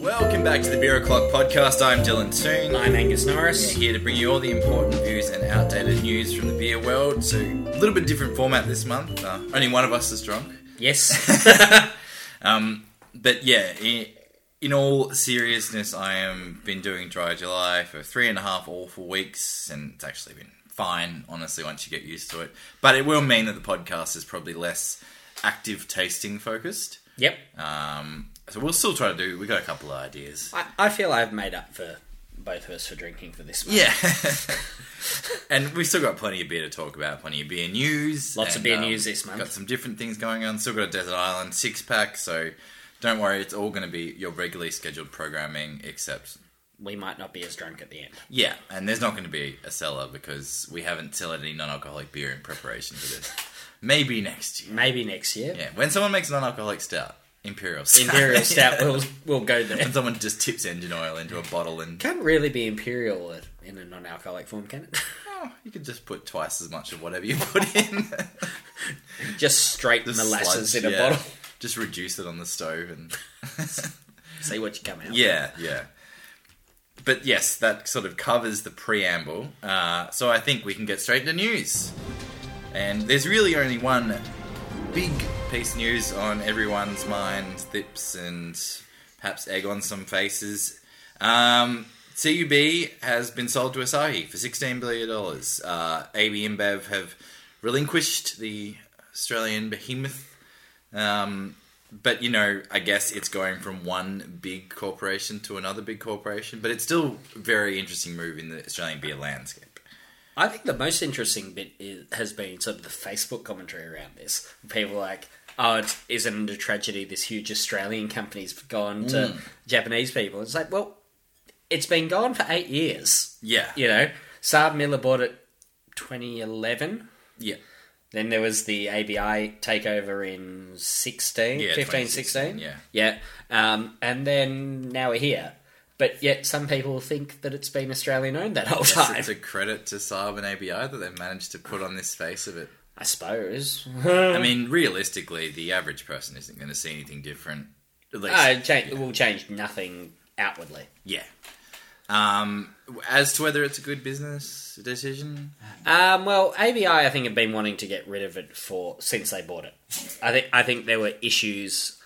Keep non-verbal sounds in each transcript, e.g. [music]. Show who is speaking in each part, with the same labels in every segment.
Speaker 1: Welcome back to the Beer O'Clock podcast. I'm Dylan Toon.
Speaker 2: I'm Angus
Speaker 1: We're
Speaker 2: Norris.
Speaker 1: here to bring you all the important views and outdated news from the beer world. So, a little bit different format this month. Uh, only one of us is drunk. [laughs]
Speaker 2: Yes.
Speaker 1: um, but yeah, in, in all seriousness, I am been doing Dry July for three and a half awful weeks, and it's actually been fine, honestly, once you get used to it. But it will mean that the podcast is probably less active tasting focused.
Speaker 2: yep.
Speaker 1: Um, so we'll still try to do. We got a couple of ideas.
Speaker 2: I, I feel I've made up for both of us for drinking for this one.
Speaker 1: Yeah. [laughs] and we've still got plenty of beer to talk about, plenty of beer news.
Speaker 2: Lots of
Speaker 1: and, um,
Speaker 2: beer news this month.
Speaker 1: Got some different things going on. Still got a Desert Island six pack, so don't worry, it's all going to be your regularly scheduled programming, except,
Speaker 2: We might not be as drunk at the end.
Speaker 1: yeah, and there's not going to be a cellar because we haven't cellared any non alcoholic beer in preparation for this. Maybe next year.
Speaker 2: Maybe next year.
Speaker 1: Yeah, when someone makes non alcoholic stout, Imperial Stout.
Speaker 2: [laughs] Imperial
Speaker 1: [laughs]
Speaker 2: Stout, we'll, we'll go there.
Speaker 1: When someone just tips engine oil into a bottle and
Speaker 2: Can't really be Imperial in a non alcoholic form, can it? [laughs]
Speaker 1: oh, you could just put twice as much of whatever you put in. [laughs]
Speaker 2: Just straight
Speaker 1: The
Speaker 2: molasses
Speaker 1: sludge,
Speaker 2: in a
Speaker 1: yeah.
Speaker 2: bottle.
Speaker 1: [laughs] Just reduce it on the stove
Speaker 2: [laughs]
Speaker 1: and [laughs]
Speaker 2: See what you come out.
Speaker 1: yeah, yeah. But yes, that sort of covers the preamble. Uh, so I think we can get straight to news. And there's really only one big piece of news on everyone's mind, lips, and perhaps egg on some faces. Um, CUB has been sold to Asahi for $16 billion. Uh, AB InBev have relinquished the Australian behemoth. Um, but, you know, I guess it's going from one big corporation to another big corporation. But it's still a very interesting move in the Australian beer landscape.
Speaker 2: I think the most interesting bit is, has been sort of the Facebook commentary around this. People like, oh, it isn't it a tragedy this huge Australian company's gone to
Speaker 1: Mm.
Speaker 2: Japanese people? It's like, well, it's been gone for eight years.
Speaker 1: Yeah.
Speaker 2: You know, Saab Miller bought it 2011.
Speaker 1: Yeah.
Speaker 2: Then there was the ABI takeover in 16,
Speaker 1: Yeah,
Speaker 2: 15,
Speaker 1: 2016,
Speaker 2: 16.
Speaker 1: yeah.
Speaker 2: Yeah. Um, and then now we're here. But yet some people think that it's been Australian owned that whole
Speaker 1: Yes,
Speaker 2: time.
Speaker 1: it's a credit to Saab and ABI that they've managed to put on this face of it. [laughs]
Speaker 2: I suppose.
Speaker 1: I mean, realistically, the average person isn't going to see anything different. At least,
Speaker 2: Uh, change, It will change nothing outwardly.
Speaker 1: yeah. Um, as to whether it's a good business decision,
Speaker 2: Um, well, ABI, I think, have been wanting to get rid of it for since they bought it. I think I think there were issues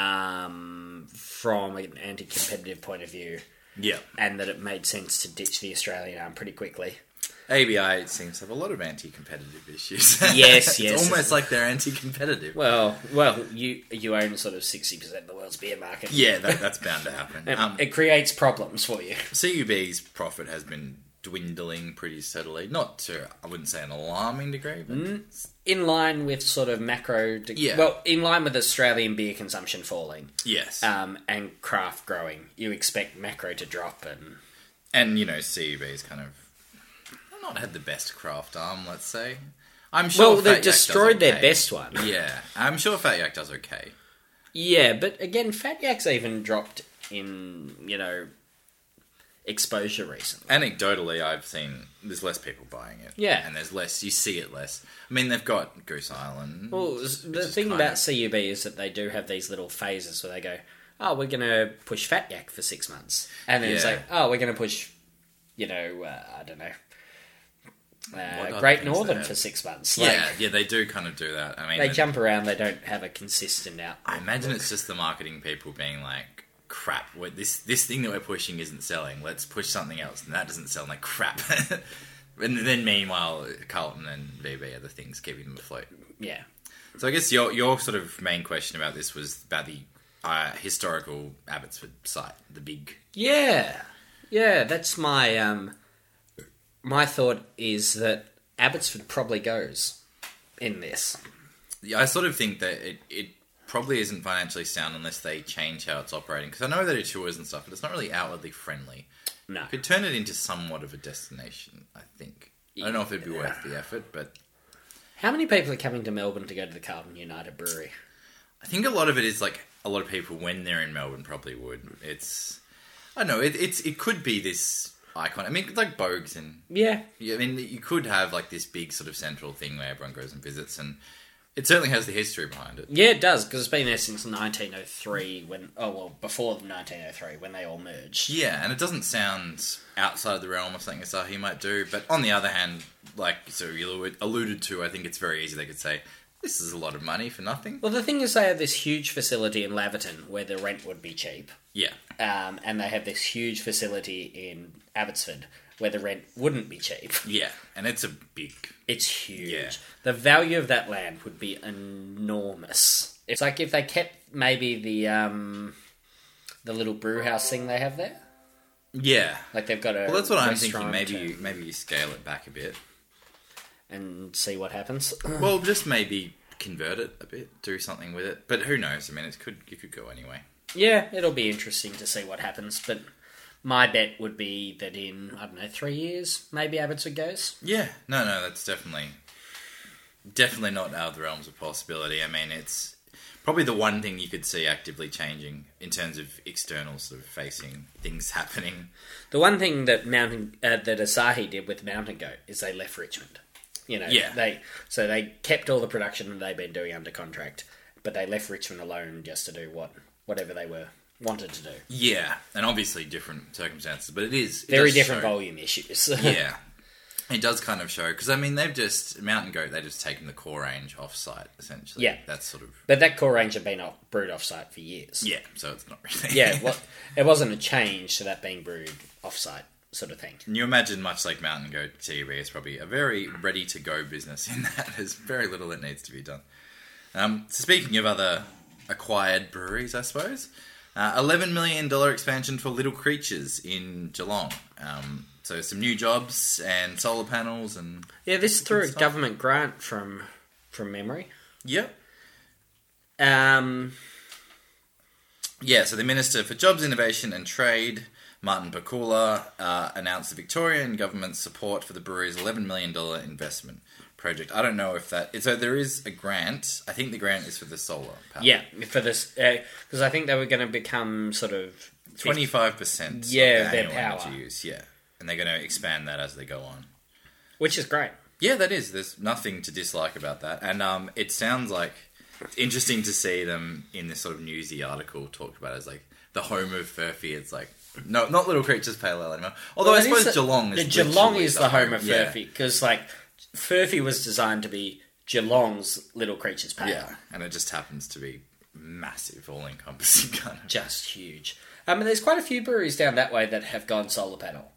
Speaker 2: um, from an anti-competitive point of view,
Speaker 1: yeah,
Speaker 2: and that it made sense to ditch the Australian arm pretty quickly.
Speaker 1: ABI seems to have a lot of anti-competitive issues. [laughs]
Speaker 2: Yes,
Speaker 1: it's
Speaker 2: yes.
Speaker 1: almost like they're anti-competitive.
Speaker 2: Well, well, you you own sort of sixty percent of the world's beer market.
Speaker 1: yeah, that, that's bound to
Speaker 2: [laughs]
Speaker 1: happen.
Speaker 2: It-
Speaker 1: Um,
Speaker 2: it creates problems for you.
Speaker 1: CUB's profit has been dwindling pretty steadily. Not to, I wouldn't say an alarming degree, but
Speaker 2: In line with sort of macro, de-
Speaker 1: Yeah.
Speaker 2: well, in line with Australian beer consumption falling.
Speaker 1: yes.
Speaker 2: um, and craft growing. You expect macro to drop, and
Speaker 1: And you know, CUB's kind of not had the best craft arm. Let's say, I'm sure.
Speaker 2: well,
Speaker 1: Fat
Speaker 2: they've
Speaker 1: Yak does
Speaker 2: destroyed their
Speaker 1: okay.
Speaker 2: best one.
Speaker 1: Yeah, I'm sure Fat Yak does okay.
Speaker 2: Yeah, but again, Fat Yak's even dropped in you know exposure recently.
Speaker 1: Anecdotally, I've seen there's less people buying it.
Speaker 2: Yeah.
Speaker 1: and there's less. You see it less. I mean, they've got Goose Island.
Speaker 2: Well, the
Speaker 1: is
Speaker 2: thing
Speaker 1: kind
Speaker 2: about
Speaker 1: of-
Speaker 2: CUB is that they do have these little phases where they go, "Oh, we're going to push Fat Yak for six months," and then it's
Speaker 1: Yeah.
Speaker 2: like, "Oh, we're going to push," you know, uh, I don't know.
Speaker 1: other
Speaker 2: Uh, Great
Speaker 1: things they
Speaker 2: Northern
Speaker 1: have?
Speaker 2: for six months. Like,
Speaker 1: yeah, yeah, they do kind of do that. I mean,
Speaker 2: they
Speaker 1: and
Speaker 2: jump around. They don't have a consistent out.
Speaker 1: I imagine it's just the marketing people being like. Crap! we this this thing that we're pushing isn't selling. Let's push something else, and that doesn't sell. Like crap. [laughs] and then meanwhile, Carlton and VB are the things keeping them afloat.
Speaker 2: Yeah,
Speaker 1: So I guess your your sort of main question about this was about the uh, historical Abbotsford site, the big.
Speaker 2: Yeah, yeah. That's my um, my thought is that Abbotsford probably goes in this.
Speaker 1: Yeah, I sort of think that it it probably isn't financially sound unless they change how it's operating because I know that it tours and stuff, but it's not really outwardly friendly.
Speaker 2: No,
Speaker 1: Could turn it into somewhat of a destination, I think. I don't know if it'd be worth the effort, but
Speaker 2: how many people are coming to Melbourne to go to the Carlton United Brewery?
Speaker 1: I think a lot of it is like a lot of people when they're in Melbourne probably would. It's I don't know. It, it's it could be this icon. I mean, it's like Bogues and
Speaker 2: Yeah,
Speaker 1: yeah, I mean, you could have like this big sort of central thing where everyone goes and visits, and it certainly has the history behind it.
Speaker 2: yeah, it does because it's been there since 1903. When oh well, before 1903 when they all merged.
Speaker 1: Yeah, and it doesn't sound outside of the realm of something Asahi might do, but on the other hand, like so you allu- alluded to, I think it's very easy they could say, this is a lot of money for nothing.
Speaker 2: Well, the thing is, they have this huge facility in Laverton where the rent would be cheap,
Speaker 1: Yeah.
Speaker 2: um, and they have this huge facility in Abbotsford where the rent wouldn't be cheap.
Speaker 1: Yeah. And it's a big.
Speaker 2: It's huge.
Speaker 1: Yeah.
Speaker 2: The value of that land would be enormous. It's like if they kept maybe the um, the little brew house thing they have there.
Speaker 1: Yeah.
Speaker 2: Like they've got a
Speaker 1: Well, that's what I'm thinking.
Speaker 2: restaurant
Speaker 1: Maybe you, maybe you scale it back a bit.
Speaker 2: and see what happens. [clears throat]
Speaker 1: Well, just maybe convert it a bit, do something with it. But who knows? I mean, it could you could go anyway.
Speaker 2: yeah, it'll be interesting to see what happens. But my bet would be that in I don't know three years, maybe Abbotsford goes.
Speaker 1: Yeah, no, no, that's definitely definitely not out of the realms of possibility. I mean, it's probably the one thing you could see actively changing in terms of external sort of facing things [laughs] happening.
Speaker 2: The one thing that Mountain uh, that Asahi did with Mountain Goat is they left Richmond. You know,
Speaker 1: Yeah.
Speaker 2: they so they kept all the production that they've been doing under contract, but they left Richmond alone just to do what whatever they were wanted to do.
Speaker 1: Yeah, and obviously different circumstances, but it is it
Speaker 2: Very
Speaker 1: does
Speaker 2: different
Speaker 1: show-
Speaker 2: volume issues. [laughs]
Speaker 1: Yeah. It does kind of show because I mean they've just Mountain Goat they've just taken the core range off site essentially.
Speaker 2: Yeah.
Speaker 1: that's sort of
Speaker 2: but that core range had been off, brewed off site for years.
Speaker 1: yeah. So it's not really
Speaker 2: [laughs] yeah well, it wasn't a change to that being brewed off site sort of thing.
Speaker 1: And [laughs] you imagine, much like Mountain Goat TV, it's probably a very ready to go business in [laughs] that there's very little that needs to be done. Um, speaking of other acquired breweries, I suppose, uh, $11 million expansion for Little Creatures in Geelong. Um, so some new jobs and solar panels and.
Speaker 2: Yeah, this through a
Speaker 1: stuff.
Speaker 2: government grant from from memory.
Speaker 1: Yep.
Speaker 2: Um,
Speaker 1: Yeah, so the Minister for Jobs, Innovation and Trade, Martin Bakula, uh, announced the Victorian government's support for the brewery's $11 million investment project. I don't know if that. So there is a grant. I think the grant is for the solar power.
Speaker 2: yeah, for this because I think they were going to become sort of
Speaker 1: 25%
Speaker 2: Yeah,
Speaker 1: of
Speaker 2: of
Speaker 1: the
Speaker 2: their
Speaker 1: annual energy
Speaker 2: power.
Speaker 1: use. Yeah. And they're going to expand that as they go on.
Speaker 2: which is great.
Speaker 1: Yeah, that is. There's nothing to dislike about that. And um, it sounds like it's interesting to see them in this sort of newsy article talked about as like the home of Furphy. It's like no, not Little Creatures Pale Ale anymore. Although I
Speaker 2: Well, it
Speaker 1: suppose
Speaker 2: is the-
Speaker 1: Geelong
Speaker 2: the
Speaker 1: is
Speaker 2: Geelong
Speaker 1: literally
Speaker 2: is the home of
Speaker 1: yeah,
Speaker 2: Furphy because like Furphy was designed to be Geelong's little creatures pale,
Speaker 1: Yeah, and it just happens to be massive, all encompassing [laughs] kind of.
Speaker 2: just huge. Um, and there's quite a few breweries down that way that have gone solar panel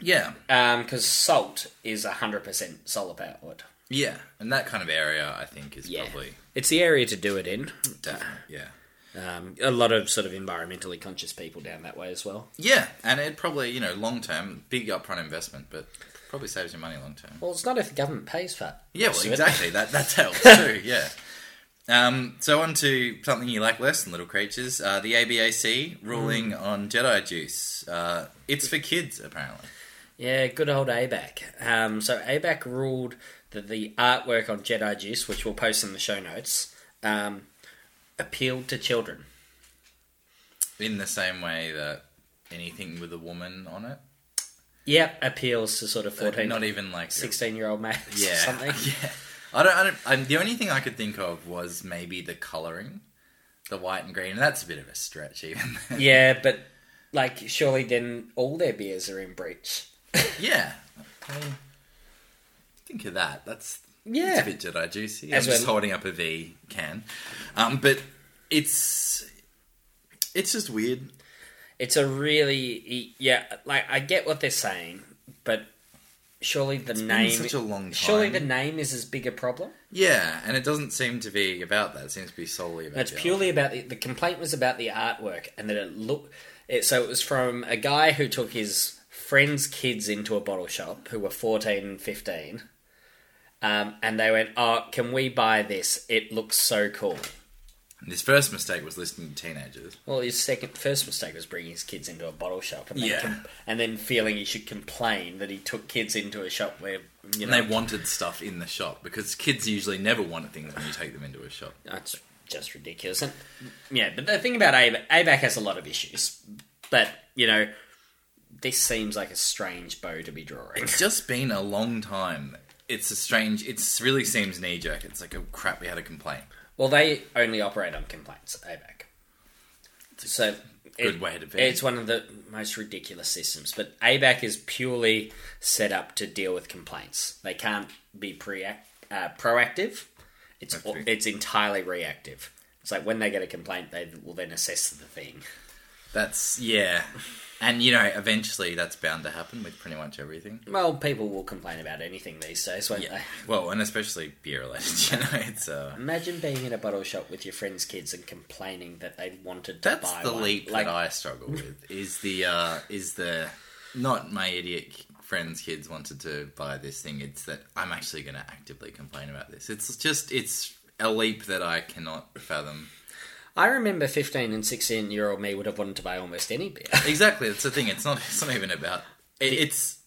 Speaker 1: Yeah,
Speaker 2: because Salt is hundred percent solar powered.
Speaker 1: yeah, and that kind of area I think is
Speaker 2: Yeah.
Speaker 1: probably
Speaker 2: It's the area to do it in.
Speaker 1: definitely yeah.
Speaker 2: Um, a lot of sort of environmentally conscious people down that way as well.
Speaker 1: Yeah, and it probably, you know, long term, big upfront investment, but probably saves you money long term.
Speaker 2: Well, it's not if the government pays for it.
Speaker 1: Yeah, well,
Speaker 2: So it-
Speaker 1: exactly. That
Speaker 2: [laughs]
Speaker 1: that helps too. Yeah. Um, so on to something you like less than Little Creatures, uh, the ABAC ruling
Speaker 2: Mm.
Speaker 1: on Jedi Juice. Uh, it's for kids, apparently.
Speaker 2: Yeah, good old ABAC. Um, so ABAC ruled that the artwork on Jedi Juice, which we'll post in the show notes, um, appealed to children.
Speaker 1: In the same way that anything with a woman on it,
Speaker 2: Yep, appeals to sort of
Speaker 1: Like,
Speaker 2: 14,
Speaker 1: Uh, not even like
Speaker 2: 16 year old males
Speaker 1: yeah, [laughs]
Speaker 2: or something.
Speaker 1: yeah. I don't. I don't. I'm, the only thing I could think of was maybe the coloring, the white and green. That's a bit of a stretch, even. [laughs] then.
Speaker 2: Yeah, but like surely then all their beers are in breach.
Speaker 1: yeah. I
Speaker 2: Mm.
Speaker 1: mean, think of that. That's
Speaker 2: Yeah.
Speaker 1: It's a bit Jedi juicy.
Speaker 2: As
Speaker 1: I'm just
Speaker 2: well.
Speaker 1: holding up a V can, um, but it's it's just weird.
Speaker 2: It's a really yeah. Like I get what they're saying, but surely the name
Speaker 1: such a long
Speaker 2: Surely
Speaker 1: time.
Speaker 2: the name is as big a problem.
Speaker 1: Yeah, and it doesn't seem to be about that. It seems to be solely about.
Speaker 2: It's
Speaker 1: the
Speaker 2: purely about the, the complaint was about the artwork and that it looked. It, so it was from a guy who took his friend's kids into a bottle shop who were 14 and 15. Um, and they went, Oh, can we buy this? It looks so cool.
Speaker 1: art. His first mistake was listening to teenagers.
Speaker 2: Well, his second first mistake was bringing his kids into a bottle shop and then,
Speaker 1: Yeah.
Speaker 2: com- and then feeling he should complain that he took kids into a shop where, you
Speaker 1: And
Speaker 2: know,
Speaker 1: they wanted stuff in the shop because kids usually never wanted things when you take them into a shop.
Speaker 2: That's Oh, just ridiculous. And, yeah, but the thing about ABAC, ABAC has a lot of issues. But, you know, this seems like a strange bow to be drawing.
Speaker 1: It's just been a long time. It's a strange. It really seems knee jerk. It's like, oh crap, we had a complaint.
Speaker 2: Well, they only operate on complaints, ABAC. So
Speaker 1: good way to be.
Speaker 2: It's one of the most ridiculous systems, but ABAC is purely set up to deal with complaints. They can't be pre- uh, proactive. It's
Speaker 1: Okay.
Speaker 2: it's entirely reactive. It's like when they get a complaint, they will then assess the thing.
Speaker 1: That's yeah, and you know, eventually that's bound to happen with pretty much
Speaker 2: [laughs]
Speaker 1: everything.
Speaker 2: Well, people will complain about anything these days, won't
Speaker 1: Yeah.
Speaker 2: they?
Speaker 1: Well, and especially beer related. [laughs] You know, it's uh,
Speaker 2: Imagine being in a bottle shop with your friends' kids and complaining that they wanted to
Speaker 1: that's
Speaker 2: buy
Speaker 1: the
Speaker 2: one.
Speaker 1: leap
Speaker 2: like,
Speaker 1: that I struggle with. Is the uh, is the not my idiot friends' kids wanted to buy this thing. It's that I'm actually going to actively complain about this. It's just it's a leap that I cannot fathom.
Speaker 2: I remember 15 and 16 year old me would have wanted to buy almost any beer.
Speaker 1: Exactly, that's the thing. It's not. It's not even about. It, it's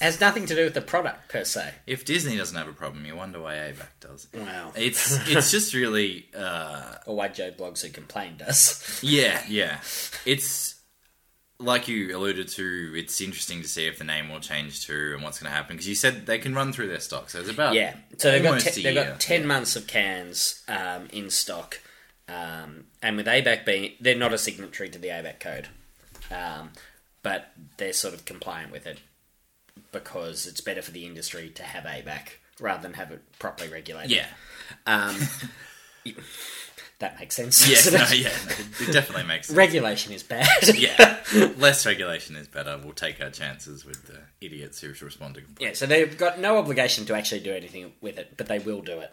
Speaker 2: has nothing to do with the product per se.
Speaker 1: if Disney doesn't have a problem, you wonder why AVAC does.
Speaker 2: Wow.
Speaker 1: It's it's just really uh,
Speaker 2: Or why Joe Blogs who complained us.
Speaker 1: yeah yeah. It's like you alluded to. It's interesting to see if the name will change too and what's going to happen because you said they can run through their stock. So it's about
Speaker 2: yeah. So they've got,
Speaker 1: almost
Speaker 2: te-
Speaker 1: a
Speaker 2: they've
Speaker 1: year.
Speaker 2: got 10 months of cans um, in stock. Um, and with ABAC being, they're not a signatory to the ABAC code. Um, but they're sort of compliant with it because it's better for the industry to have ABAC rather than have it properly regulated. [laughs]
Speaker 1: yeah
Speaker 2: Um, that makes sense.
Speaker 1: yeah
Speaker 2: doesn't [laughs]
Speaker 1: no,
Speaker 2: it?
Speaker 1: yeah. It, it definitely makes
Speaker 2: [laughs]
Speaker 1: sense.
Speaker 2: Regulation is bad.
Speaker 1: [laughs] yeah, less regulation is better. We'll take our chances with the idiots who respond to complaints.
Speaker 2: [laughs] Yeah, so they've got no obligation to actually do anything with it, but they will do it.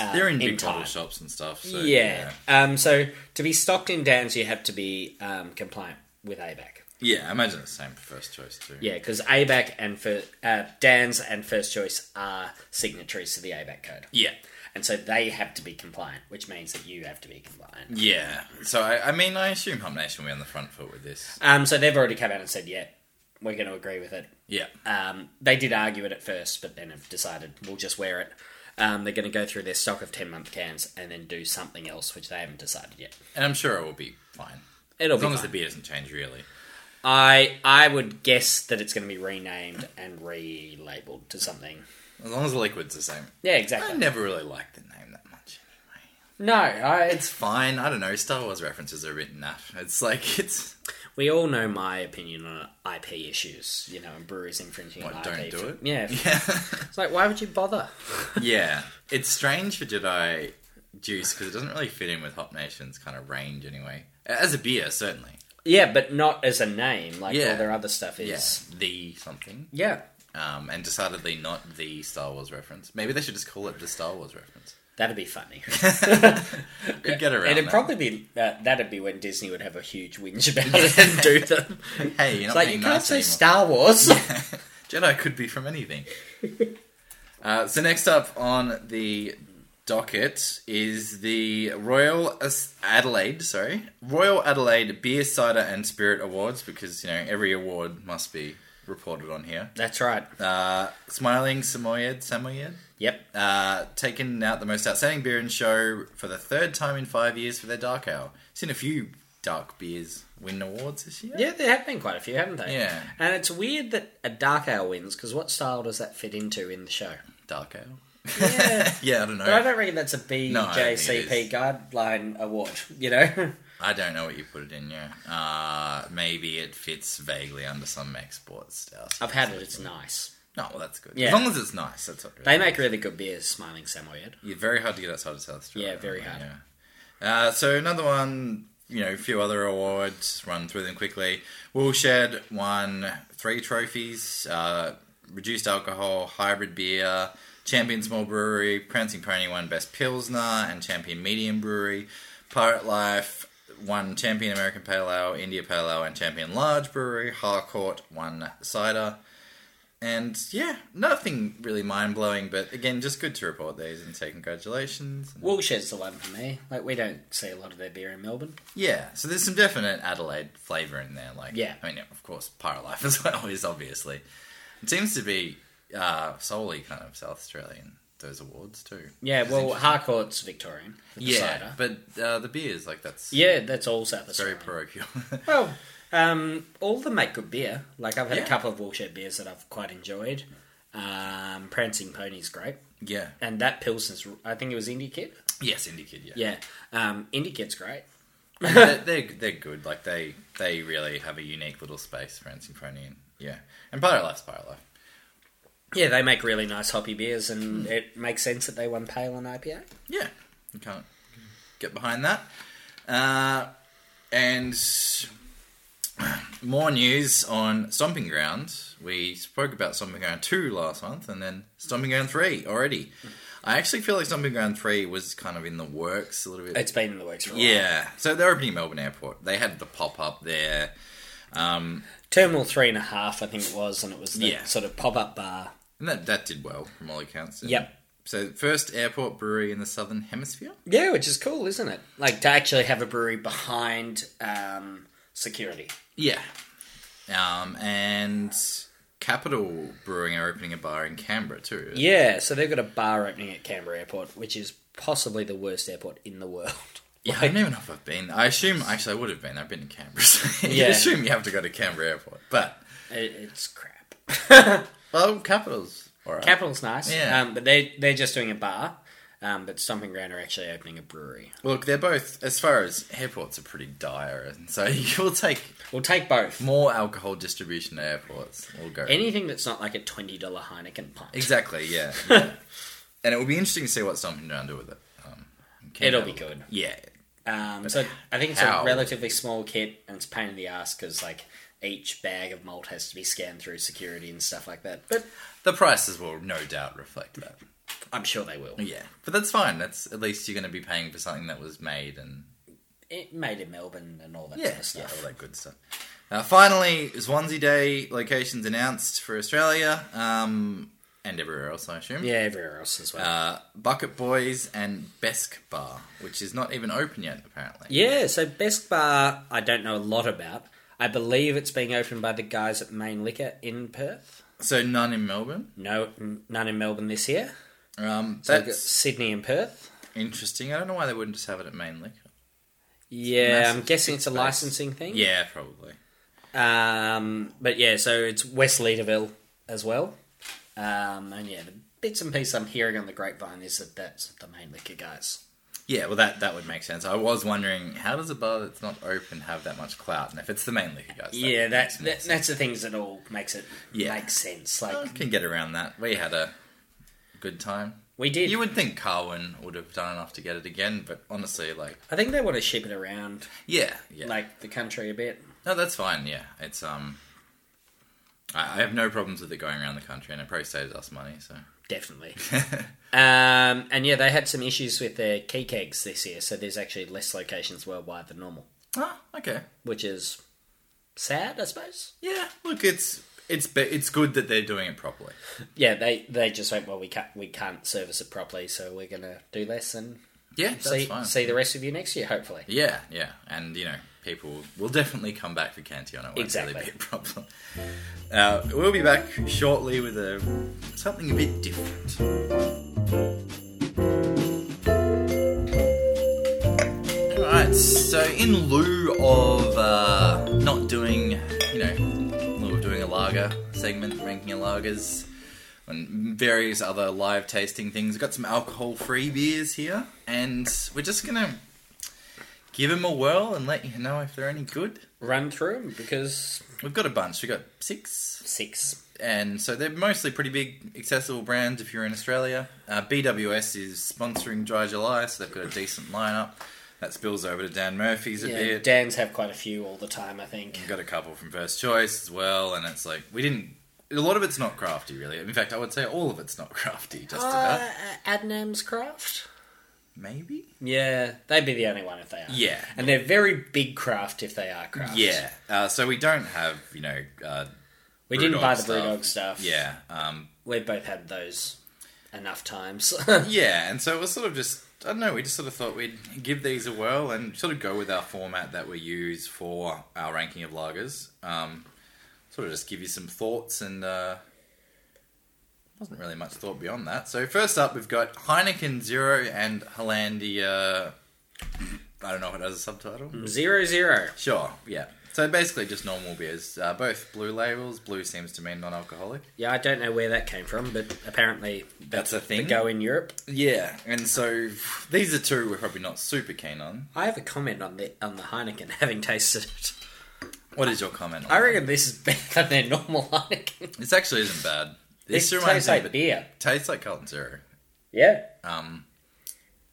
Speaker 2: uh,
Speaker 1: They're in big
Speaker 2: time.
Speaker 1: bottle shops and stuff. So,
Speaker 2: yeah. Um, so to be stocked in Dan's, you have to be um, compliant with ABAC.
Speaker 1: yeah, Yeah, I imagine it's the same for first choice too.
Speaker 2: Yeah, because ABAC and for uh, Dan's and First Choice are signatories to the ABAC code,
Speaker 1: yeah.
Speaker 2: and so they have to be compliant, which means that you have to be compliant.
Speaker 1: Yeah. So I, I mean, I assume Hump Nation will be on the front foot with this.
Speaker 2: Um, so they've already come out and said, "Yeah, we're going to agree with it."
Speaker 1: Yeah.
Speaker 2: Um, they did argue it at first, but then have decided we'll just wear it. Um, they're going to go through their stock of 10 month cans and then do something else, which they haven't decided yet.
Speaker 1: And I'm sure it will be fine.
Speaker 2: It'll
Speaker 1: As
Speaker 2: be
Speaker 1: long as the
Speaker 2: fine.
Speaker 1: beer doesn't change, really.
Speaker 2: I, I would guess that it's going to be renamed and relabeled to something.
Speaker 1: As long as the liquid's the same.
Speaker 2: Yeah,
Speaker 1: I
Speaker 2: exactly.
Speaker 1: never really liked the name that much anyway.
Speaker 2: No, I,
Speaker 1: It's fine. I don't know. Star Wars references are a bit naff. It's like, it's.
Speaker 2: we all know my opinion on IP issues, you know, and breweries infringing
Speaker 1: What,
Speaker 2: on
Speaker 1: don't
Speaker 2: IP.
Speaker 1: do it? [laughs]
Speaker 2: Yeah.
Speaker 1: Yeah.
Speaker 2: It's like, why would you bother? [laughs]
Speaker 1: yeah. It's strange for Jedi Juice because it doesn't really fit in with Hop Nation's kind of range anyway. As a beer, certainly.
Speaker 2: Yeah, but not as a name, like
Speaker 1: Yeah.
Speaker 2: all their other stuff is.
Speaker 1: Yes. The something.
Speaker 2: Yeah.
Speaker 1: Um, and decidedly not the Star Wars reference. Maybe they should just call it the Star Wars reference. [laughs]
Speaker 2: That'd be funny.
Speaker 1: Could get around
Speaker 2: It'd
Speaker 1: that.
Speaker 2: probably be uh, that'd be when Disney would have a huge
Speaker 1: [laughs]
Speaker 2: whinge about it and do them.
Speaker 1: Hey, you're
Speaker 2: It's
Speaker 1: not
Speaker 2: like you
Speaker 1: being
Speaker 2: can't
Speaker 1: nice
Speaker 2: say
Speaker 1: anymore.
Speaker 2: Star Wars.
Speaker 1: [laughs] Jedi could be from anything. uh, so next up on the docket is the Royal As- Adelaide, sorry, Royal Adelaide Beer, Cider, and Spirit Awards because you know every award must be reported on here.
Speaker 2: [laughs] That's right.
Speaker 1: Uh, Smiling Samoyed, Samoyed.
Speaker 2: Yep.
Speaker 1: Uh, taken out the most outstanding beer in show for the third time in five years for their dark ale. Seen a few dark beers win awards this year.
Speaker 2: Yeah, there have been quite a few, haven't they?
Speaker 1: Yeah.
Speaker 2: And it's weird that a dark ale wins because what style does that fit into in the show?
Speaker 1: Dark ale.
Speaker 2: Yeah.
Speaker 1: [laughs] Yeah, I don't know.
Speaker 2: But I don't reckon that's a
Speaker 1: No, I don't think it
Speaker 2: BJCP
Speaker 1: is.
Speaker 2: guideline award, you know?
Speaker 1: I don't know what you put it in, yeah. Uh, maybe it fits vaguely under some export stuff.
Speaker 2: [laughs] I've had it, it's nice.
Speaker 1: No, well, that's good.
Speaker 2: Yeah.
Speaker 1: As long as it's nice, that's what
Speaker 2: They make really good beers, Smiling Samoyed.
Speaker 1: You're very hard to get outside of South Australia.
Speaker 2: Yeah, very
Speaker 1: aren't they?
Speaker 2: hard.
Speaker 1: Yeah. Uh, so another one, you know, a few other awards, run through them quickly. Woolshed won three trophies, uh, reduced alcohol, hybrid beer, champion small brewery, Prancing Pony won best pilsner and champion medium brewery, Pirate Life won champion American pale ale, India pale ale, and champion large brewery, Harcourt won cider. And yeah, nothing really mind blowing, but again, just good to report these and say congratulations.
Speaker 2: Woolshed's the one for me. Like, we don't see a lot of their beer in Melbourne.
Speaker 1: Yeah, so there's some definite Adelaide flavour in there. Like,
Speaker 2: Yeah.
Speaker 1: I mean, yeah, of course, Paralife [laughs] as well is obviously. It seems to be uh, solely kind of South Australian those awards too.
Speaker 2: Yeah,
Speaker 1: Which is
Speaker 2: well,
Speaker 1: interesting.
Speaker 2: Harcourt's Victorian. with the
Speaker 1: yeah,
Speaker 2: cider.
Speaker 1: but uh, the beers like that's
Speaker 2: Yeah, that's all South
Speaker 1: very
Speaker 2: Australia.
Speaker 1: parochial. [laughs]
Speaker 2: Well, Um, all of them make good beer. Like I've had
Speaker 1: Yeah.
Speaker 2: a couple of Woolshed beers that I've quite enjoyed. Um, Prancing Pony's great,
Speaker 1: Yeah.
Speaker 2: and that Pilsner's. I think it was Indie Kid.
Speaker 1: Yes, Indicid, yeah.
Speaker 2: Yeah, um, Indie Kid's great.
Speaker 1: And they're, they're, they're good. Like, they they really have a unique little space for Ansynchrony. And, yeah. And Pirate Life's Pirate Life.
Speaker 2: Yeah, they make really nice hoppy beers, and it makes sense that they won pale and IPA.
Speaker 1: Yeah. You can't get behind that. Uh, and more news on Stomping Ground. We spoke about Stomping Ground 2 last month and then Stomping Ground 3 already. I actually feel like Stomping Ground 3 was kind of in the works a little bit.
Speaker 2: It's been in the works for a while.
Speaker 1: yeah. So they're opening Melbourne Airport. They had the pop up there. Um,
Speaker 2: Terminal three and a half, I think it was, and it was the
Speaker 1: Yeah.
Speaker 2: sort of pop up bar.
Speaker 1: and that, that did well from all accounts.
Speaker 2: Yep.
Speaker 1: So, first airport brewery in the southern hemisphere?
Speaker 2: Yeah, which is cool, isn't it? Like to actually have a brewery behind um, security.
Speaker 1: Yeah. Um, and Capital Brewing are opening a bar in Canberra too.
Speaker 2: Yeah, so they've got a bar opening at Canberra Airport, which is possibly the worst airport in the world.
Speaker 1: Yeah, I don't even know if I've been. I assume actually I would have been. I've been in Canberra. So [laughs] you
Speaker 2: Yeah.
Speaker 1: assume you have to go to Canberra Airport, but
Speaker 2: [laughs] It- It's crap.
Speaker 1: well, Capital's all right.
Speaker 2: [laughs] Capital's nice,
Speaker 1: Yeah.
Speaker 2: um, but they they're just doing a bar. Um, but Stomping Ground are actually opening a brewery.
Speaker 1: Look, they're both as far as airports are pretty dire, and so [laughs] you'll take
Speaker 2: We'll take both.
Speaker 1: more alcohol distribution to airports. We'll go
Speaker 2: Anything that's not like a twenty dollar Heineken pint.
Speaker 1: exactly. Yeah,
Speaker 2: [laughs]
Speaker 1: yeah. and it will be interesting to see what something to do with it. Um,
Speaker 2: It'll be good.
Speaker 1: Yeah,
Speaker 2: Um, so I think it's
Speaker 1: how?
Speaker 2: a relatively small kit, and it's a pain in the ass because like each bag of malt has to be scanned through security and stuff like that. But
Speaker 1: the prices will no doubt reflect that.
Speaker 2: I'm sure they will.
Speaker 1: Yeah, but that's fine. That's at least you're going to be paying for something that was made and
Speaker 2: It made in Melbourne and all that
Speaker 1: yeah,
Speaker 2: sort of stuff.
Speaker 1: all that good stuff. Uh, finally, Swansea Day locations announced for Australia um, and everywhere else, I assume.
Speaker 2: Yeah, everywhere else as well.
Speaker 1: Uh, Bucket Boys and Besk Bar, which is not even open yet, apparently.
Speaker 2: yeah, so Best Bar, I don't know a lot about. I believe it's being opened by the guys at Main Liquor in Perth.
Speaker 1: So none in Melbourne.
Speaker 2: No, n- none in Melbourne this year.
Speaker 1: Um,
Speaker 2: So we've got
Speaker 1: that's
Speaker 2: Sydney and Perth.
Speaker 1: interesting. I don't know why they wouldn't just have it at Main Liquor.
Speaker 2: Yeah, I'm
Speaker 1: Massive
Speaker 2: guessing it's a
Speaker 1: space.
Speaker 2: licensing thing.
Speaker 1: Yeah, probably.
Speaker 2: Um, but yeah, so it's West Leaderville as well. Um, and yeah, the bits and pieces I'm hearing on the grapevine is that that's the main liquor guys.
Speaker 1: Yeah, well, that, that would make sense. I was wondering, how does a bar that's not open have that much clout? And if it's the main liquor guys, that
Speaker 2: yeah, that's
Speaker 1: makes more
Speaker 2: that, that's the things that all makes it
Speaker 1: Yeah.
Speaker 2: make sense. Like
Speaker 1: I can get around that. We had a good time.
Speaker 2: we did.
Speaker 1: You would think Carwin would have done enough to get it again, but honestly, like,
Speaker 2: I think they want to ship it around
Speaker 1: yeah, yeah,
Speaker 2: like the country a bit.
Speaker 1: no, that's fine. Yeah, it's um, I, I have no problems with it going around the country, and it probably saves us money. So
Speaker 2: Definitely. um, and yeah, they had some issues with their key kegs this year, so there's actually less locations worldwide than normal,
Speaker 1: ah, okay,
Speaker 2: which is sad, I suppose.
Speaker 1: yeah. Look, it's it's be- it's good that they're doing it properly.
Speaker 2: Yeah, they they just went well. We can't we can't service it properly, so we're gonna do less and
Speaker 1: Yeah, that's
Speaker 2: see
Speaker 1: fine.
Speaker 2: see the rest of you next year, hopefully.
Speaker 1: Yeah, yeah, and you know, people will definitely come back for Cantillon. It won't
Speaker 2: Exactly.
Speaker 1: really be a problem. Uh, we'll be back shortly with a something a bit different. Alright, so in lieu of uh, not doing, you know, in lieu of doing a lager segment, ranking of lagers, and various other live tasting things, we've got some alcohol free beers here, and we're just gonna give them a whirl and let you know if they're any good.
Speaker 2: Run through 'em, because
Speaker 1: We've got a bunch, we've got six,
Speaker 2: six.
Speaker 1: and so they're mostly pretty big, accessible brands if you're in Australia. Uh, BWS is sponsoring Dry July, so they've got a decent lineup. That spills over to Dan Murphy's a
Speaker 2: Yeah,
Speaker 1: bit.
Speaker 2: Dan's have quite a few all the time, I think.
Speaker 1: We've got a couple from First Choice as well, and it's like we didn't. A lot of it's not crafty, really. In fact, I would say all of it's not [laughs] crafty. Just about,
Speaker 2: Uh, Adnam's Craft.
Speaker 1: maybe.
Speaker 2: Yeah, they'd be the only one if they are.
Speaker 1: Yeah.
Speaker 2: and they're very big craft if they are craft.
Speaker 1: Yeah. Uh, so we don't have, you know, uh,
Speaker 2: we didn't buy the
Speaker 1: Brewdog stuff.
Speaker 2: Brewdog stuff.
Speaker 1: yeah, um,
Speaker 2: we've both had those enough times. [laughs]
Speaker 1: Yeah, and so it was sort of just I don't know. We just sort of thought we'd give these a whirl and sort of go with our format that we use for our ranking of lagers. Um, sort of just give you some thoughts, and uh, wasn't really much thought beyond that. So first up, we've got Heineken Zero and
Speaker 2: Mm.
Speaker 1: Hollandia. I don't know if it has a subtitle.
Speaker 2: zero zero.
Speaker 1: Sure, yeah. So basically, just normal beers. Uh, both blue labels. Blue seems to mean non-alcoholic.
Speaker 2: Yeah, I don't know where that came from, but apparently
Speaker 1: That's a
Speaker 2: they
Speaker 1: thing.
Speaker 2: go in Europe.
Speaker 1: Yeah, and so these are two we're probably not super keen on.
Speaker 2: I have a comment on the on the Heineken [laughs] having tasted it.
Speaker 1: What is your comment? on
Speaker 2: I
Speaker 1: that?
Speaker 2: reckon this is better than their normal Heineken.
Speaker 1: this actually isn't bad.
Speaker 2: This
Speaker 1: This reminds
Speaker 2: tastes
Speaker 1: me,
Speaker 2: like
Speaker 1: of it
Speaker 2: beer.
Speaker 1: tastes like Carlton Zero.
Speaker 2: Yeah.
Speaker 1: Um,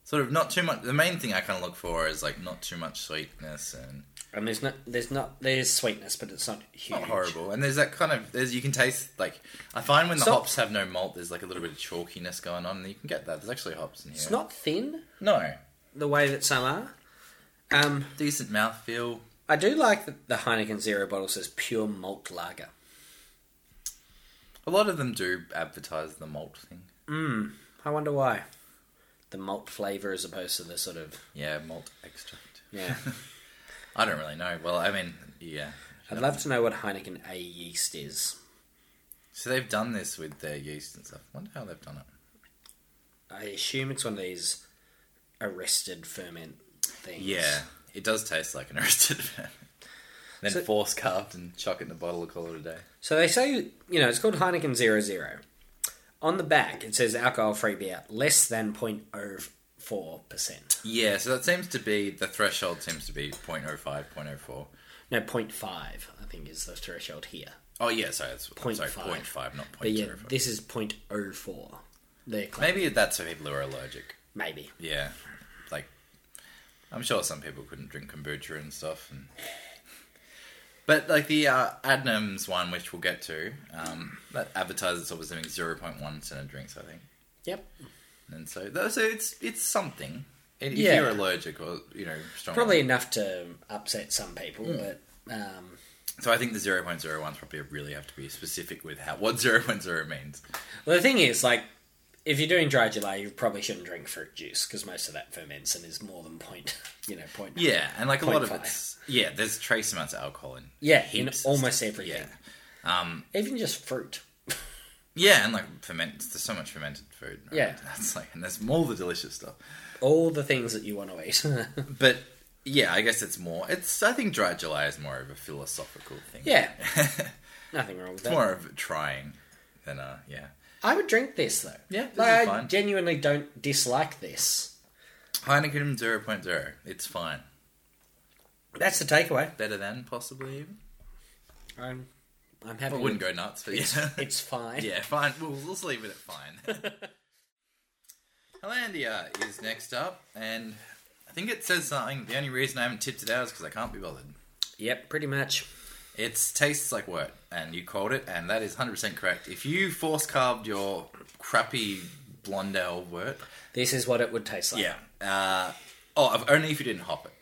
Speaker 1: sort of not too much. The main thing I kind of look for is like not too much sweetness and
Speaker 2: And there's not there's not there's sweetness, but it's not huge.
Speaker 1: not horrible. And there's that kind of there's you can taste like I find when the
Speaker 2: Stop.
Speaker 1: hops have no malt, there's like a little bit of chalkiness going on, and you can get that. There's actually hops in here.
Speaker 2: It's not thin
Speaker 1: no
Speaker 2: the way that some are. Um,
Speaker 1: decent mouthfeel.
Speaker 2: I do like that the Heineken Zero bottle says pure malt lager.
Speaker 1: A lot of them do advertise the malt thing.
Speaker 2: Mmm. I wonder why. The malt flavour as opposed to the sort of
Speaker 1: Yeah, malt extract.
Speaker 2: yeah.
Speaker 1: [laughs] I don't really know. Well, I mean, yeah.
Speaker 2: I'd love to know what Heineken A yeast is.
Speaker 1: So they've done this with their yeast and stuff. I wonder how they've done it.
Speaker 2: I assume it's one of these arrested ferment things.
Speaker 1: Yeah, it does taste like an [laughs] arrested ferment. Then
Speaker 2: So-
Speaker 1: force carved and chuck it in a bottle and call it a day.
Speaker 2: So they say, you know, it's called Heineken Zero Zero. On the back, it says alcohol free beer, less than 0.04%.
Speaker 1: Yeah, so that seems to be the threshold seems to be 0.05, 0.04.
Speaker 2: No, 0.5, I think, is the threshold here.
Speaker 1: Oh yeah, sorry, that's
Speaker 2: Point
Speaker 1: sorry,
Speaker 2: five.
Speaker 1: 0.5, not
Speaker 2: But yeah,
Speaker 1: 0.05.
Speaker 2: this is 0.04. They're claiming.
Speaker 1: Maybe that's for people who are allergic.
Speaker 2: Maybe.
Speaker 1: Yeah, like I'm sure some people couldn't drink kombucha and stuff. And... But like the uh, Adnams one, which we'll get to, um, that advertises itself as having 0.1 percent of drinks, I think.
Speaker 2: Yep.
Speaker 1: And so, tho- so it's it's something. And if
Speaker 2: Yeah.
Speaker 1: you're allergic or you know strong,
Speaker 2: Probably enough to upset some people, but um,
Speaker 1: So I think the 0.01 ones probably really have to be specific with how what [laughs] 0.0 means.
Speaker 2: Well, the thing is, like, if you're doing dry July, you probably shouldn't drink fruit juice because most of that ferments and is more than point, [laughs] you know, point.
Speaker 1: Yeah, and like a lot of
Speaker 2: 0.5.
Speaker 1: it's yeah. There's trace amounts of alcohol in
Speaker 2: yeah, in
Speaker 1: heaps and
Speaker 2: almost everything,
Speaker 1: yeah, um,
Speaker 2: even just fruit.
Speaker 1: yeah, and like ferment. There's so much fermented food. right?
Speaker 2: Yeah.
Speaker 1: [laughs] that's like and there's all the delicious stuff.
Speaker 2: All the things that you want to eat. [laughs]
Speaker 1: But yeah, I guess it's more. It's I think dry July is more of a philosophical thing.
Speaker 2: Yeah.
Speaker 1: [laughs] it's
Speaker 2: Nothing wrong with that.
Speaker 1: more of trying than a yeah.
Speaker 2: I would drink this though.
Speaker 1: Yeah, this
Speaker 2: like,
Speaker 1: is
Speaker 2: I
Speaker 1: fine.
Speaker 2: genuinely don't dislike this.
Speaker 1: Heineken 0.0. It's fine.
Speaker 2: That's the takeaway.
Speaker 1: Better than possibly. Even.
Speaker 2: I'm, I'm
Speaker 1: I
Speaker 2: happy.
Speaker 1: wouldn't go nuts, but
Speaker 2: It's,
Speaker 1: yeah. [laughs]
Speaker 2: it's fine.
Speaker 1: Yeah, fine. We'll, we'll just leave it at
Speaker 2: [laughs]
Speaker 1: fine. Hollandia is next up, and I think it says something. The only reason I haven't tipped it out is because I can't be bothered.
Speaker 2: Yep. Pretty much.
Speaker 1: It tastes like wort, and you called it, and that is 100% correct. If you force carved your crappy blonde ale wort,
Speaker 2: This is what it would taste like.
Speaker 1: yeah. Uh, oh, if- only if you didn't hop it.